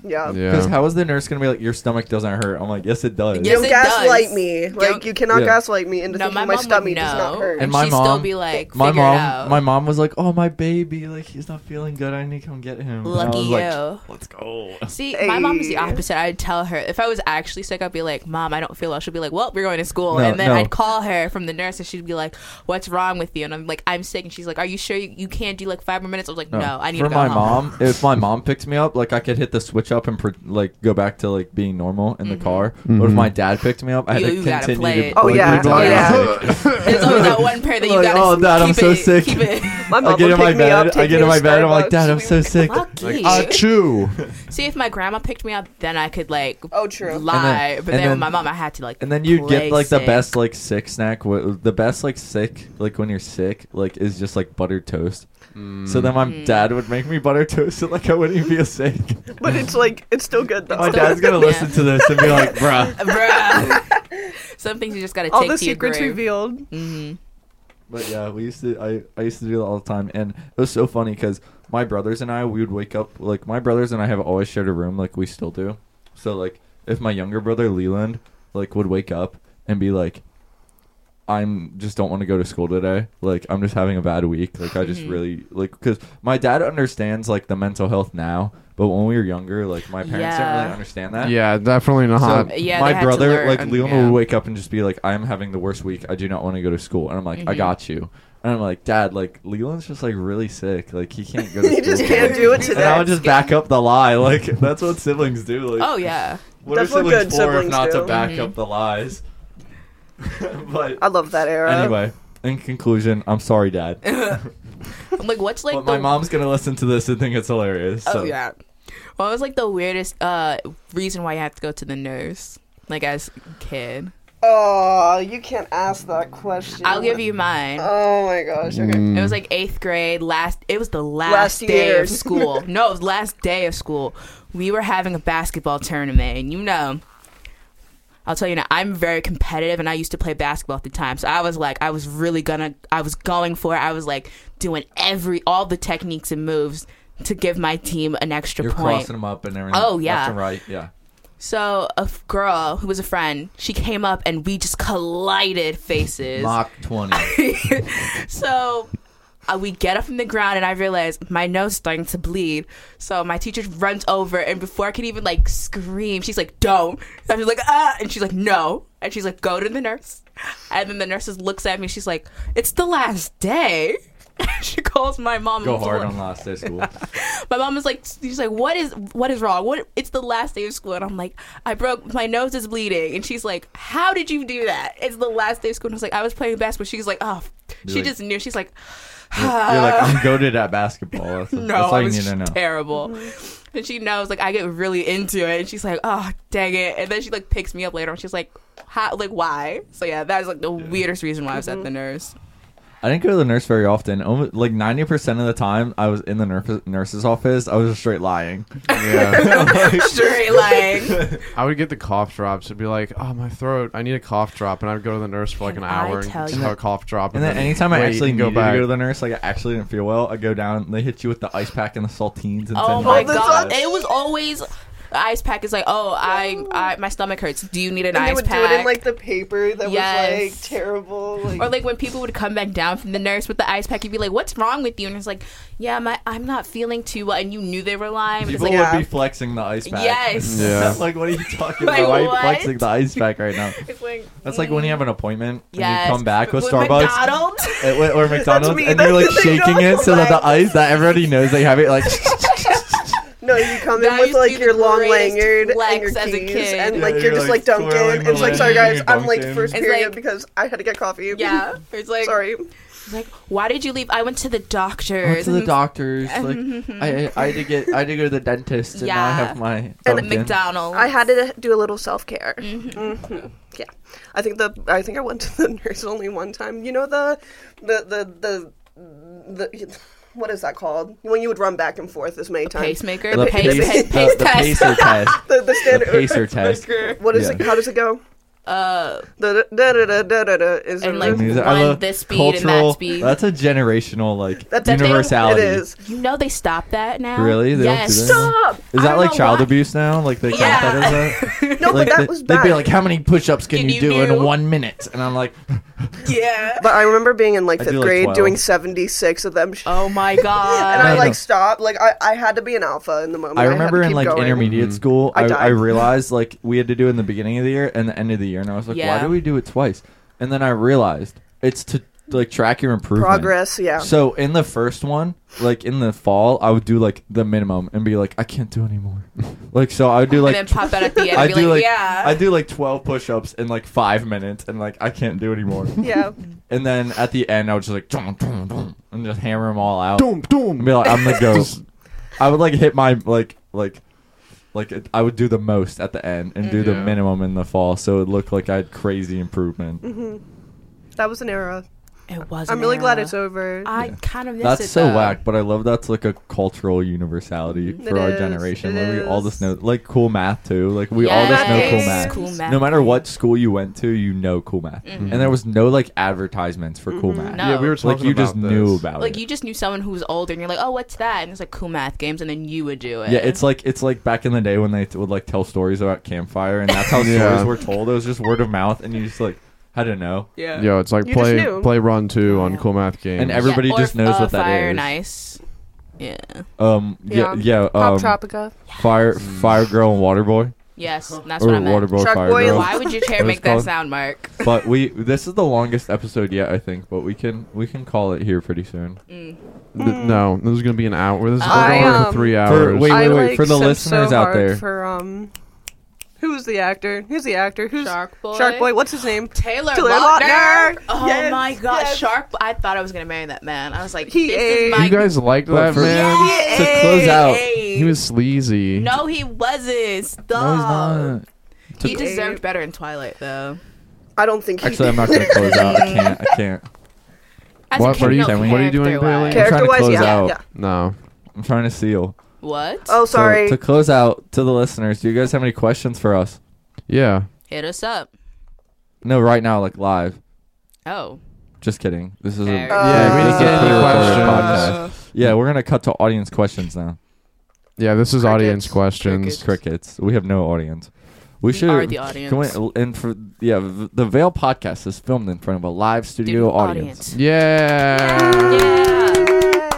Speaker 4: yeah.
Speaker 1: Because
Speaker 3: Yeah.
Speaker 1: how is the nurse gonna be like, your stomach doesn't hurt? I'm like, yes, it does.
Speaker 4: You
Speaker 2: Yes,
Speaker 4: don't
Speaker 2: it
Speaker 4: gaslight
Speaker 2: does.
Speaker 4: me.
Speaker 2: Don't-
Speaker 4: Like you cannot
Speaker 1: Yeah.
Speaker 4: gaslight me into
Speaker 2: no, my
Speaker 4: thinking
Speaker 2: mom
Speaker 4: my
Speaker 2: would
Speaker 4: stomach
Speaker 2: know,
Speaker 4: does not hurt.
Speaker 1: And
Speaker 2: And
Speaker 1: my
Speaker 2: she'd still
Speaker 1: mom-
Speaker 2: be like,
Speaker 1: my
Speaker 2: figure it
Speaker 1: mom
Speaker 2: out.
Speaker 1: my mom was like oh my baby like he's not feeling good i need to come get him And I
Speaker 2: Lucky
Speaker 1: was
Speaker 2: you.
Speaker 1: like, let's go
Speaker 2: See, my mom is the
Speaker 4: Hey.
Speaker 2: opposite. I'd tell her if I was actually sick, I'd be like, "Mom, I don't feel well." She'd be like, "Well, we're going to school,"
Speaker 1: No,
Speaker 2: and then
Speaker 1: no.
Speaker 2: I'd call her from the nurse, and she'd be like, "What's wrong with you?" And I'm like, "I'm sick," and she's like, "Are you sure you, you can't do like five more minutes?" I was like, "No, I need
Speaker 1: for
Speaker 2: to go
Speaker 1: my
Speaker 2: home."
Speaker 1: mom if my mom picked me up like i could hit the switch up and pr like go back to like being normal in the car but if
Speaker 3: Mhm.
Speaker 1: my dad picked me up i had
Speaker 2: You-
Speaker 1: to
Speaker 2: Mm-hmm. you gotta
Speaker 1: continue
Speaker 2: play
Speaker 1: to
Speaker 2: it.
Speaker 4: Mm-hmm. Oh,
Speaker 1: like,
Speaker 4: yeah.
Speaker 1: pretend
Speaker 4: Oh,
Speaker 1: I was
Speaker 4: yeah.
Speaker 1: sick.
Speaker 3: "Uh,
Speaker 2: There's always that one pair that you
Speaker 1: Like,
Speaker 2: gotta.
Speaker 1: "Oh, Dad, I'm
Speaker 2: keep
Speaker 1: so
Speaker 2: it-
Speaker 1: sick."
Speaker 2: Keep it.
Speaker 4: My mom
Speaker 1: i get
Speaker 4: would
Speaker 1: in my
Speaker 4: pick me
Speaker 1: bed
Speaker 4: up,
Speaker 1: i
Speaker 4: take
Speaker 1: get
Speaker 4: me
Speaker 1: in
Speaker 4: to
Speaker 1: my bed i'm like
Speaker 4: Starbucks.
Speaker 1: dad i'm so sick
Speaker 2: Lucky.
Speaker 3: uh, chew.
Speaker 2: See, if my grandma picked me up, then I could like
Speaker 4: Oh, true.
Speaker 2: lie.
Speaker 1: And then-
Speaker 2: but then,
Speaker 1: and
Speaker 2: with
Speaker 1: then-
Speaker 2: my mom, I had to like.
Speaker 1: and then you
Speaker 2: play
Speaker 1: get like the
Speaker 2: sick.
Speaker 1: best like sick snack wh- the best like sick like when you're sick like is just like buttered toast so then my dad would make me butter toast so like i wouldn't even feel sick
Speaker 4: But it's like it's still good though.
Speaker 1: my dad's gonna
Speaker 2: Yeah.
Speaker 1: listen to this and be like bruh
Speaker 2: Bruh. Some things you just gotta
Speaker 4: all
Speaker 2: take
Speaker 4: the
Speaker 2: to your
Speaker 4: secrets
Speaker 2: grave.
Speaker 4: revealed.
Speaker 2: Mhm.
Speaker 1: But yeah, we used to. I I used to do that all the time, and it was so funny because my brothers and I, we would wake up like my brothers and I have always shared a room, like we still do. So like if my younger brother Leland like would wake up and be like, I'm just don't want to go to school today. Like I'm just having a bad week. Like I just
Speaker 2: Mhm.
Speaker 1: really like because my dad understands like the mental health now, but when we were younger, like my parents didn't
Speaker 2: Yeah.
Speaker 1: really understand that.
Speaker 3: Yeah, definitely
Speaker 1: So
Speaker 3: not.
Speaker 2: Yeah, they
Speaker 1: my
Speaker 2: had to
Speaker 1: brother,
Speaker 2: learn,
Speaker 1: like Leon,
Speaker 2: yeah.
Speaker 1: would wake up and just be like, "I'm having the worst week. I do not want to go to school." And I'm like, "I
Speaker 2: Mhm.
Speaker 1: got you." And I'm like, "Dad, like Leland's just like really sick. Like he can't go to
Speaker 4: He
Speaker 1: school.
Speaker 4: just
Speaker 1: today."
Speaker 4: can't do it
Speaker 1: And I
Speaker 4: today.
Speaker 1: would just back up the lie. Like that's what siblings do. Like,
Speaker 2: Oh yeah.
Speaker 1: what
Speaker 4: That's
Speaker 1: are
Speaker 4: what
Speaker 1: siblings
Speaker 4: good
Speaker 1: for
Speaker 4: siblings
Speaker 1: if not
Speaker 4: do.
Speaker 1: to back
Speaker 2: Mhm.
Speaker 1: up the lies? but
Speaker 4: I love that era.
Speaker 1: anyway, in conclusion, I'm sorry, Dad.
Speaker 2: I'm like, what's like
Speaker 1: but
Speaker 2: the
Speaker 1: my mom's gonna listen to this and think it's hilarious.
Speaker 2: Oh
Speaker 1: so.
Speaker 2: yeah. What was like the weirdest uh reason why you had to go to the nurse? Like as a kid.
Speaker 4: Oh, you can't ask that question.
Speaker 2: I'll give you mine.
Speaker 4: Oh my gosh.
Speaker 1: Mm.
Speaker 4: Okay.
Speaker 2: It was like eighth grade. Last it was the last,
Speaker 4: Last
Speaker 2: day
Speaker 4: year.
Speaker 2: of school. no, it was last day of school. We were having a basketball tournament, and you know, I'll tell you now. I'm very competitive, and I used to play basketball at the time. So I was like, I was really gonna, I was going for it. I was like doing every all the techniques and moves to give my team an extra
Speaker 1: You're
Speaker 2: point.
Speaker 1: crossing them up and everything.
Speaker 2: Oh, yeah.
Speaker 1: left and right. Yeah.
Speaker 2: So a f- girl who was a friend, she came up and we just collided faces.
Speaker 1: Mach 20.
Speaker 2: so uh, we get up from the ground and I realize my nose starting to bleed. So my teacher runs over and before I can even like scream, she's like, "Don't!" And I'm just like, "Ah!" And she's like, "No!" And she's like, "Go to the nurse." And then the nurse just looks at me. She's like, "It's the last day." she calls my mom.
Speaker 1: Go
Speaker 2: and was
Speaker 1: hard
Speaker 2: like-
Speaker 1: on last day of school.
Speaker 2: my mom is like, she's like, what is what is wrong? What? It's the last day of school, and I'm like, I broke my nose is bleeding, and she's like, how did you do that? It's the last day of school, and I was like, I was playing basketball. She's like, oh,
Speaker 1: You're
Speaker 2: she
Speaker 1: like-
Speaker 2: just knew. She's like, "Ah,
Speaker 1: You're like, I'm goaded at basketball. That's,
Speaker 2: Uh, no,
Speaker 1: that's all
Speaker 2: I
Speaker 1: you
Speaker 2: was
Speaker 1: need to know.
Speaker 2: terrible. And she knows, like, I get really into it, and she's like, oh, dang it. And then she like picks me up later, and she's like, how, like, why? So yeah, that is like the weirdest reason why I was at the nurse.
Speaker 1: I didn't go to the nurse very often. Almo- like 90% of the time I was in the nur- nurse's office, I was just straight lying.
Speaker 3: yeah.
Speaker 2: Straight like,
Speaker 3: I would get the cough drops. It'd be like, oh, my throat. I need a cough drop, and I'd go to the nurse for like
Speaker 2: Can
Speaker 3: an
Speaker 2: I
Speaker 3: hour and
Speaker 2: tell
Speaker 3: just
Speaker 2: you-
Speaker 3: have a cough drop.
Speaker 1: And then anytime I
Speaker 3: wait
Speaker 1: actually
Speaker 3: and
Speaker 1: needed to go to the nurse, like I actually didn't feel well, I go down and they hit you with the ice pack and the saltines and
Speaker 2: oh
Speaker 1: send
Speaker 2: my
Speaker 1: you back to
Speaker 2: god,
Speaker 1: the-
Speaker 2: it was always. the Ice pack is like, oh, I, I, my stomach hurts. Do you need an
Speaker 4: And
Speaker 2: ice
Speaker 4: they would
Speaker 2: pack?
Speaker 4: do it in like the paper that was
Speaker 2: Yes.
Speaker 4: like terrible. Like,
Speaker 2: or like when people would come back down from the nurse with the ice pack, you'd be like, "What's wrong with you?" And it's like, "Yeah, my I'm not feeling too well," and you knew they were lying. But it's
Speaker 1: People
Speaker 2: like,
Speaker 1: would
Speaker 4: yeah.
Speaker 1: be flexing the ice pack.
Speaker 2: Yes.
Speaker 3: Yeah.
Speaker 1: like, what are you talking
Speaker 2: Like,
Speaker 1: about? Why are you
Speaker 2: what?
Speaker 1: flexing the ice pack right now?
Speaker 2: it's like
Speaker 1: That's like when you have an appointment and you come back with,
Speaker 2: With
Speaker 1: Starbucks.
Speaker 2: McDonald's.
Speaker 1: At- or- or McDonald's,
Speaker 4: me,
Speaker 1: and
Speaker 4: that's
Speaker 1: you're like
Speaker 4: the thing,
Speaker 1: shaking
Speaker 4: no,
Speaker 1: it so that
Speaker 4: like-
Speaker 1: the ice that everybody knows they have it, like
Speaker 4: no, you come in
Speaker 2: That
Speaker 4: with
Speaker 2: used to
Speaker 4: like
Speaker 2: be
Speaker 4: your
Speaker 2: the
Speaker 4: long
Speaker 2: greatest
Speaker 4: lanyard and
Speaker 2: flex
Speaker 4: your
Speaker 2: as a
Speaker 4: keys,
Speaker 2: kid.
Speaker 4: and
Speaker 1: Yeah,
Speaker 4: like you're,
Speaker 1: you're,
Speaker 4: just like
Speaker 1: like, twirling
Speaker 4: Duncan.
Speaker 1: the
Speaker 4: It's
Speaker 1: lanyard
Speaker 4: like, sorry
Speaker 1: and
Speaker 4: guys,
Speaker 1: you're
Speaker 4: I'm late
Speaker 1: Duncan.
Speaker 4: first
Speaker 2: It's
Speaker 4: period
Speaker 2: like-
Speaker 4: because I had to get coffee.
Speaker 2: yeah, it's like
Speaker 4: sorry.
Speaker 2: It's like, why did you leave? I went to the doctor.
Speaker 1: I went to the doctors. Like I, I had to get, I had to go to the dentist, and now I
Speaker 2: Yeah.
Speaker 1: have my
Speaker 2: And
Speaker 1: Dunkin'.
Speaker 2: McDonald's.
Speaker 4: I had to do a little self care.
Speaker 1: Mm-hmm.
Speaker 4: Mhm. Yeah, I think the I think I went to the nurse only one time. You know the the the the, the what is that called? When you would run back and forth as many times.
Speaker 2: pacemaker.
Speaker 1: The
Speaker 2: pace,
Speaker 1: pace-
Speaker 2: pace, pace
Speaker 1: the, the
Speaker 2: test.
Speaker 1: pacer test,
Speaker 4: The, the
Speaker 1: the
Speaker 4: standard.
Speaker 1: pacer test.
Speaker 4: What is
Speaker 1: Yeah.
Speaker 4: it? How does it go?
Speaker 2: Uh,
Speaker 4: Da da da da da da. da is
Speaker 2: And,
Speaker 4: it-
Speaker 2: like,
Speaker 1: Music-
Speaker 2: One,
Speaker 1: I love
Speaker 2: this speed and that
Speaker 1: cultural.
Speaker 2: speed.
Speaker 1: That's a generational like
Speaker 4: That's a thing.
Speaker 1: universality.
Speaker 4: It is.
Speaker 2: you know they stopped that now.
Speaker 1: Really? They don't do
Speaker 2: yes.
Speaker 1: that anymore?
Speaker 4: Stop!
Speaker 1: Is
Speaker 2: I
Speaker 1: that
Speaker 2: don't
Speaker 1: like
Speaker 2: know
Speaker 1: child
Speaker 2: why.
Speaker 1: abuse now? Like they count
Speaker 2: Yeah.
Speaker 1: that as a
Speaker 4: No,
Speaker 1: like
Speaker 4: but that
Speaker 1: they,
Speaker 4: was
Speaker 1: they'd
Speaker 4: bad.
Speaker 1: be like, how many push-ups can,
Speaker 2: Can
Speaker 1: you,
Speaker 2: you
Speaker 1: do,
Speaker 2: do?
Speaker 1: in one minute? And I'm like,
Speaker 2: Yeah.
Speaker 4: But I remember being in like
Speaker 1: I
Speaker 4: fifth
Speaker 1: do, like,
Speaker 4: grade
Speaker 1: 12.
Speaker 4: doing 76 of them.
Speaker 2: Oh my
Speaker 4: and
Speaker 2: god.
Speaker 4: I
Speaker 1: No,
Speaker 4: like
Speaker 1: no.
Speaker 4: stopped. Like I, I had to be an alpha in the moment.
Speaker 1: I
Speaker 4: had
Speaker 1: remember
Speaker 4: to
Speaker 1: in
Speaker 4: keep
Speaker 1: like
Speaker 4: going.
Speaker 1: intermediate school,
Speaker 4: I
Speaker 1: I, I,
Speaker 4: died.
Speaker 1: realized like we had to do it in the beginning of the year and the end of the year, and I was like,
Speaker 2: Yeah.
Speaker 1: why do we do it twice? And then I realized it's to like track your improvement.
Speaker 4: progress. Yeah.
Speaker 1: So in the first one, like in the fall, I would do like the minimum and be like, I can't do anymore. like so, I would do
Speaker 2: and
Speaker 1: like
Speaker 2: then pop out at the end and
Speaker 1: I
Speaker 2: be
Speaker 1: do
Speaker 2: like,
Speaker 1: like
Speaker 2: yeah.
Speaker 1: I do like twelve push-ups in like five minutes, and like I can't do anymore.
Speaker 4: yeah.
Speaker 1: and then at the end, I would just like dum, dum, dum, and just hammer them all out.
Speaker 3: Doom,
Speaker 1: And
Speaker 3: doom.
Speaker 1: be like, I'm the goat. I would like hit my like like like it- I would do the most at the end and do the
Speaker 3: Yeah.
Speaker 4: Mm-hmm.
Speaker 1: minimum in the fall, so it looked like I had crazy improvement.
Speaker 4: That was an era.
Speaker 2: It was.
Speaker 4: I'm
Speaker 2: an
Speaker 4: really glad
Speaker 2: era.
Speaker 4: it's over.
Speaker 2: I
Speaker 1: Yeah.
Speaker 2: kind of miss
Speaker 1: That's
Speaker 2: it.
Speaker 1: so
Speaker 2: though.
Speaker 1: whack, but I love that's like a cultural universality
Speaker 4: Mhm.
Speaker 1: for
Speaker 4: It
Speaker 1: our
Speaker 4: is,
Speaker 1: generation.
Speaker 4: it
Speaker 1: Like we all
Speaker 4: is.
Speaker 1: just know like cool math too. Like we all just know cool
Speaker 4: Yes.
Speaker 1: math.
Speaker 4: Cool Mm-hmm.
Speaker 2: math.
Speaker 1: No matter what school you went to, you know cool math.
Speaker 2: Mhm.
Speaker 1: And there was no like advertisements for cool math.
Speaker 2: No.
Speaker 3: Yeah, we were talking
Speaker 1: Like you
Speaker 3: about
Speaker 1: just
Speaker 3: this.
Speaker 1: knew about
Speaker 2: Like
Speaker 1: it.
Speaker 2: you just knew someone who was older, and you're like, "Oh, what's that?" And it's like cool math games, and then you would do it.
Speaker 1: yeah, it's like it's like back in the day when they t- would like tell stories about campfire, and that's how
Speaker 3: Yeah.
Speaker 1: stories were told. It was just word of mouth, and you just like I don't know,
Speaker 2: yeah.
Speaker 3: Yo, it's like
Speaker 4: You just
Speaker 3: play
Speaker 4: knew.
Speaker 3: play Run Two on
Speaker 2: Yeah.
Speaker 3: Cool Math Games.
Speaker 1: And every- everybody
Speaker 2: or,
Speaker 1: just knows
Speaker 2: uh,
Speaker 1: what that
Speaker 2: fire
Speaker 1: is.
Speaker 2: and ice. Yeah.
Speaker 1: um, yeah, yeah,
Speaker 4: Pop
Speaker 1: um,
Speaker 4: Tropica.
Speaker 1: fire, fire girl and water boy,
Speaker 2: Yes, and that's
Speaker 1: or
Speaker 2: what I meant.
Speaker 1: water boy,
Speaker 4: Shark
Speaker 1: fire
Speaker 4: Boy and
Speaker 1: girl.
Speaker 2: Why would your
Speaker 1: What
Speaker 2: chair
Speaker 1: is
Speaker 2: make
Speaker 1: it
Speaker 2: that
Speaker 1: called?
Speaker 2: sound, Mark?
Speaker 1: but we this is the longest episode yet, I think. But we can we can call it here pretty soon.
Speaker 2: Mm.
Speaker 3: Th- no, this is gonna be an hour. This is
Speaker 4: I,
Speaker 3: going on for
Speaker 4: um,
Speaker 3: three
Speaker 1: For-
Speaker 3: hours.
Speaker 1: wait,
Speaker 4: I,
Speaker 1: wait, wait,
Speaker 4: like,
Speaker 1: for the
Speaker 4: simp
Speaker 1: listeners
Speaker 4: so
Speaker 1: out
Speaker 4: hard
Speaker 1: there.
Speaker 4: For um, who's the actor? Who's the actor? Who's
Speaker 2: Shark Boy.
Speaker 4: Shark Boy? What's his name?
Speaker 2: Taylor,
Speaker 4: Taylor
Speaker 2: Lautner.
Speaker 4: Lautner.
Speaker 2: Oh
Speaker 4: Yes,
Speaker 2: my God,
Speaker 4: yes.
Speaker 2: Shark! I thought I was gonna marry that man. I was like,
Speaker 4: He
Speaker 2: this
Speaker 4: ate-
Speaker 2: is my.
Speaker 3: you guys liked
Speaker 1: But
Speaker 3: that
Speaker 1: for-
Speaker 3: man?
Speaker 1: To close out,
Speaker 3: He was sleazy.
Speaker 2: No, he wasn't. Stop.
Speaker 1: No, he's not.
Speaker 2: He deserved better in Twilight, though.
Speaker 4: I don't think he
Speaker 1: Actually, I'm not gonna close out. I can't. I can't.
Speaker 2: As
Speaker 3: What-
Speaker 2: a
Speaker 3: what are you-
Speaker 2: character-
Speaker 1: what
Speaker 3: are you doing,
Speaker 2: character-wise.
Speaker 3: Bailey?
Speaker 1: I'm trying to
Speaker 4: Character-wise,
Speaker 1: close
Speaker 4: yeah,
Speaker 1: out.
Speaker 4: yeah.
Speaker 3: No.
Speaker 1: I'm trying to seal.
Speaker 2: What?
Speaker 1: So,
Speaker 4: Oh, sorry.
Speaker 1: to close out to the listeners, do you guys have any questions for us?
Speaker 3: Yeah.
Speaker 2: Hit us up.
Speaker 1: No, right now, like live.
Speaker 2: Oh.
Speaker 1: Just kidding. This is a,
Speaker 2: Okay.
Speaker 3: Yeah, we
Speaker 1: this
Speaker 3: didn't
Speaker 1: is a
Speaker 3: get any
Speaker 1: pre-recorded
Speaker 3: questions.
Speaker 1: podcast. Yeah, we're gonna cut to audience questions now.
Speaker 3: Yeah, this is audience
Speaker 4: Crickets.
Speaker 3: questions.
Speaker 1: Crickets. We have no audience. We should.
Speaker 2: are the audience.
Speaker 1: Can we, and for yeah, v- the Veil podcast is filmed in front of a live studio
Speaker 2: Studio
Speaker 1: audience.
Speaker 3: Yeah.
Speaker 2: Yeah.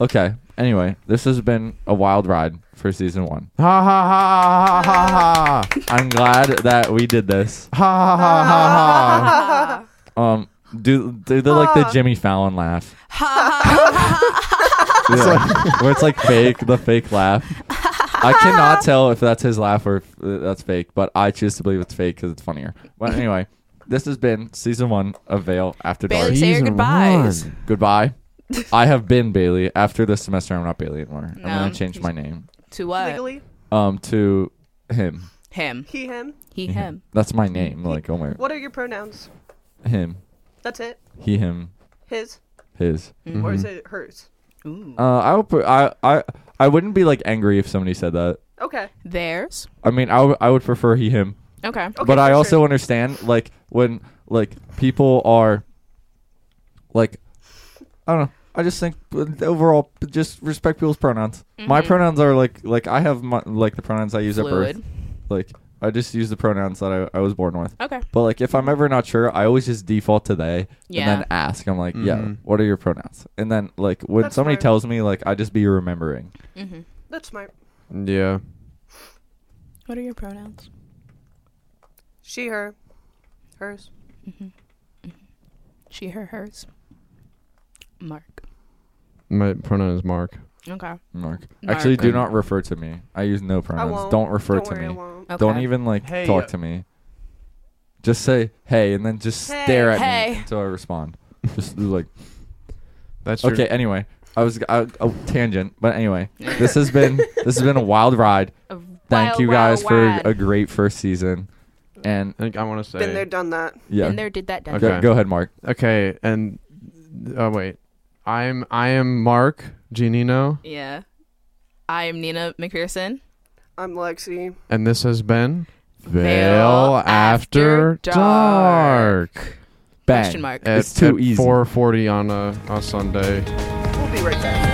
Speaker 1: Okay. Anyway, this has been a wild ride for season one.
Speaker 3: Ha ha ha ha ha ha
Speaker 1: I'm glad that we did this.
Speaker 3: ha ha ha ha ha.
Speaker 2: Ah.
Speaker 1: Um, do do the like the Jimmy Fallon laugh? Yeah. where it's like fake, the fake laugh. I cannot tell if that's his laugh or if uh, that's fake, but I choose to believe it's fake because it's funnier. But anyway, this has been season one of Veil After Dark.
Speaker 2: Bailey, say your
Speaker 3: Season
Speaker 2: goodbyes.
Speaker 3: one.
Speaker 1: Goodbye. I have been Bailey. After this semester, I'm not Bailey anymore. I'm
Speaker 2: No.
Speaker 1: gonna change my name
Speaker 2: To what?
Speaker 4: Legally,
Speaker 1: um to him.
Speaker 2: Him.
Speaker 4: he, him.
Speaker 2: He,
Speaker 1: Mm-hmm.
Speaker 2: him.
Speaker 1: That's my name. Like oh my,
Speaker 4: What are your pronouns?
Speaker 1: him,
Speaker 4: That's it.
Speaker 1: he, him,
Speaker 4: His
Speaker 1: his.
Speaker 4: or
Speaker 1: Mm-hmm.
Speaker 4: is it hers?
Speaker 2: Ooh.
Speaker 1: Uh, I would. put- I I I wouldn't be like angry if somebody said that.
Speaker 4: Okay.
Speaker 2: Theirs.
Speaker 1: I mean, I would- I would prefer he him.
Speaker 2: Okay.
Speaker 4: Okay,
Speaker 1: but I
Speaker 4: for
Speaker 1: also
Speaker 4: sure.
Speaker 1: understand like when like people are like I don't know. I just think uh, overall p- just respect people's pronouns. My
Speaker 4: Mm-hmm.
Speaker 1: pronouns are like like I have my like the pronouns I use at
Speaker 2: Fluid.
Speaker 1: birth. Like I just use the pronouns that I, I was born with.
Speaker 2: Okay.
Speaker 1: But like if I'm ever not sure, I always just default to they
Speaker 2: Yeah.
Speaker 1: and then ask. I'm like, yeah,
Speaker 3: Mhm.
Speaker 1: what are your pronouns? And then like when
Speaker 4: That's
Speaker 1: somebody
Speaker 4: smart.
Speaker 1: tells me like I just be remembering.
Speaker 2: hmm
Speaker 4: That's smart.
Speaker 3: Yeah.
Speaker 2: What are your pronouns?
Speaker 4: She, her, hers.
Speaker 2: She, her, hers. Mark.
Speaker 3: My pronoun is Mark.
Speaker 2: Okay.
Speaker 1: Mark.
Speaker 2: Mark.
Speaker 1: Actually do not refer to me. I use no pronouns.
Speaker 4: won't.
Speaker 1: Don't refer
Speaker 4: Don't
Speaker 1: to
Speaker 4: worry,
Speaker 1: me.
Speaker 4: I won't.
Speaker 2: okay.
Speaker 1: Don't even like
Speaker 3: Hey,
Speaker 1: talk
Speaker 3: uh,
Speaker 1: to me. Just say hey, and then just stare at
Speaker 2: Hey.
Speaker 1: me until I respond. Just do like
Speaker 3: That's your-
Speaker 1: okay. Anyway, I was I, oh, tangent, but anyway, this has been this has been a wild ride. Thank you guys for a great first season, and
Speaker 3: I think I want to say.
Speaker 4: Been there, done that.
Speaker 1: yeah,
Speaker 2: Been there, did that, done
Speaker 1: Go-
Speaker 3: Okay.
Speaker 1: go, ahead, Mark.
Speaker 3: Okay, and oh wait, I'm I am Mark Giannino,
Speaker 2: that. Yeah. I am Nina McPherson.
Speaker 4: I'm Lexi.
Speaker 3: and this has been
Speaker 2: Veil After Dark.
Speaker 1: Bang.
Speaker 2: Question mark.
Speaker 3: At,
Speaker 1: It's too easy.
Speaker 3: Four forty on a, a Sunday.
Speaker 4: We'll be right back.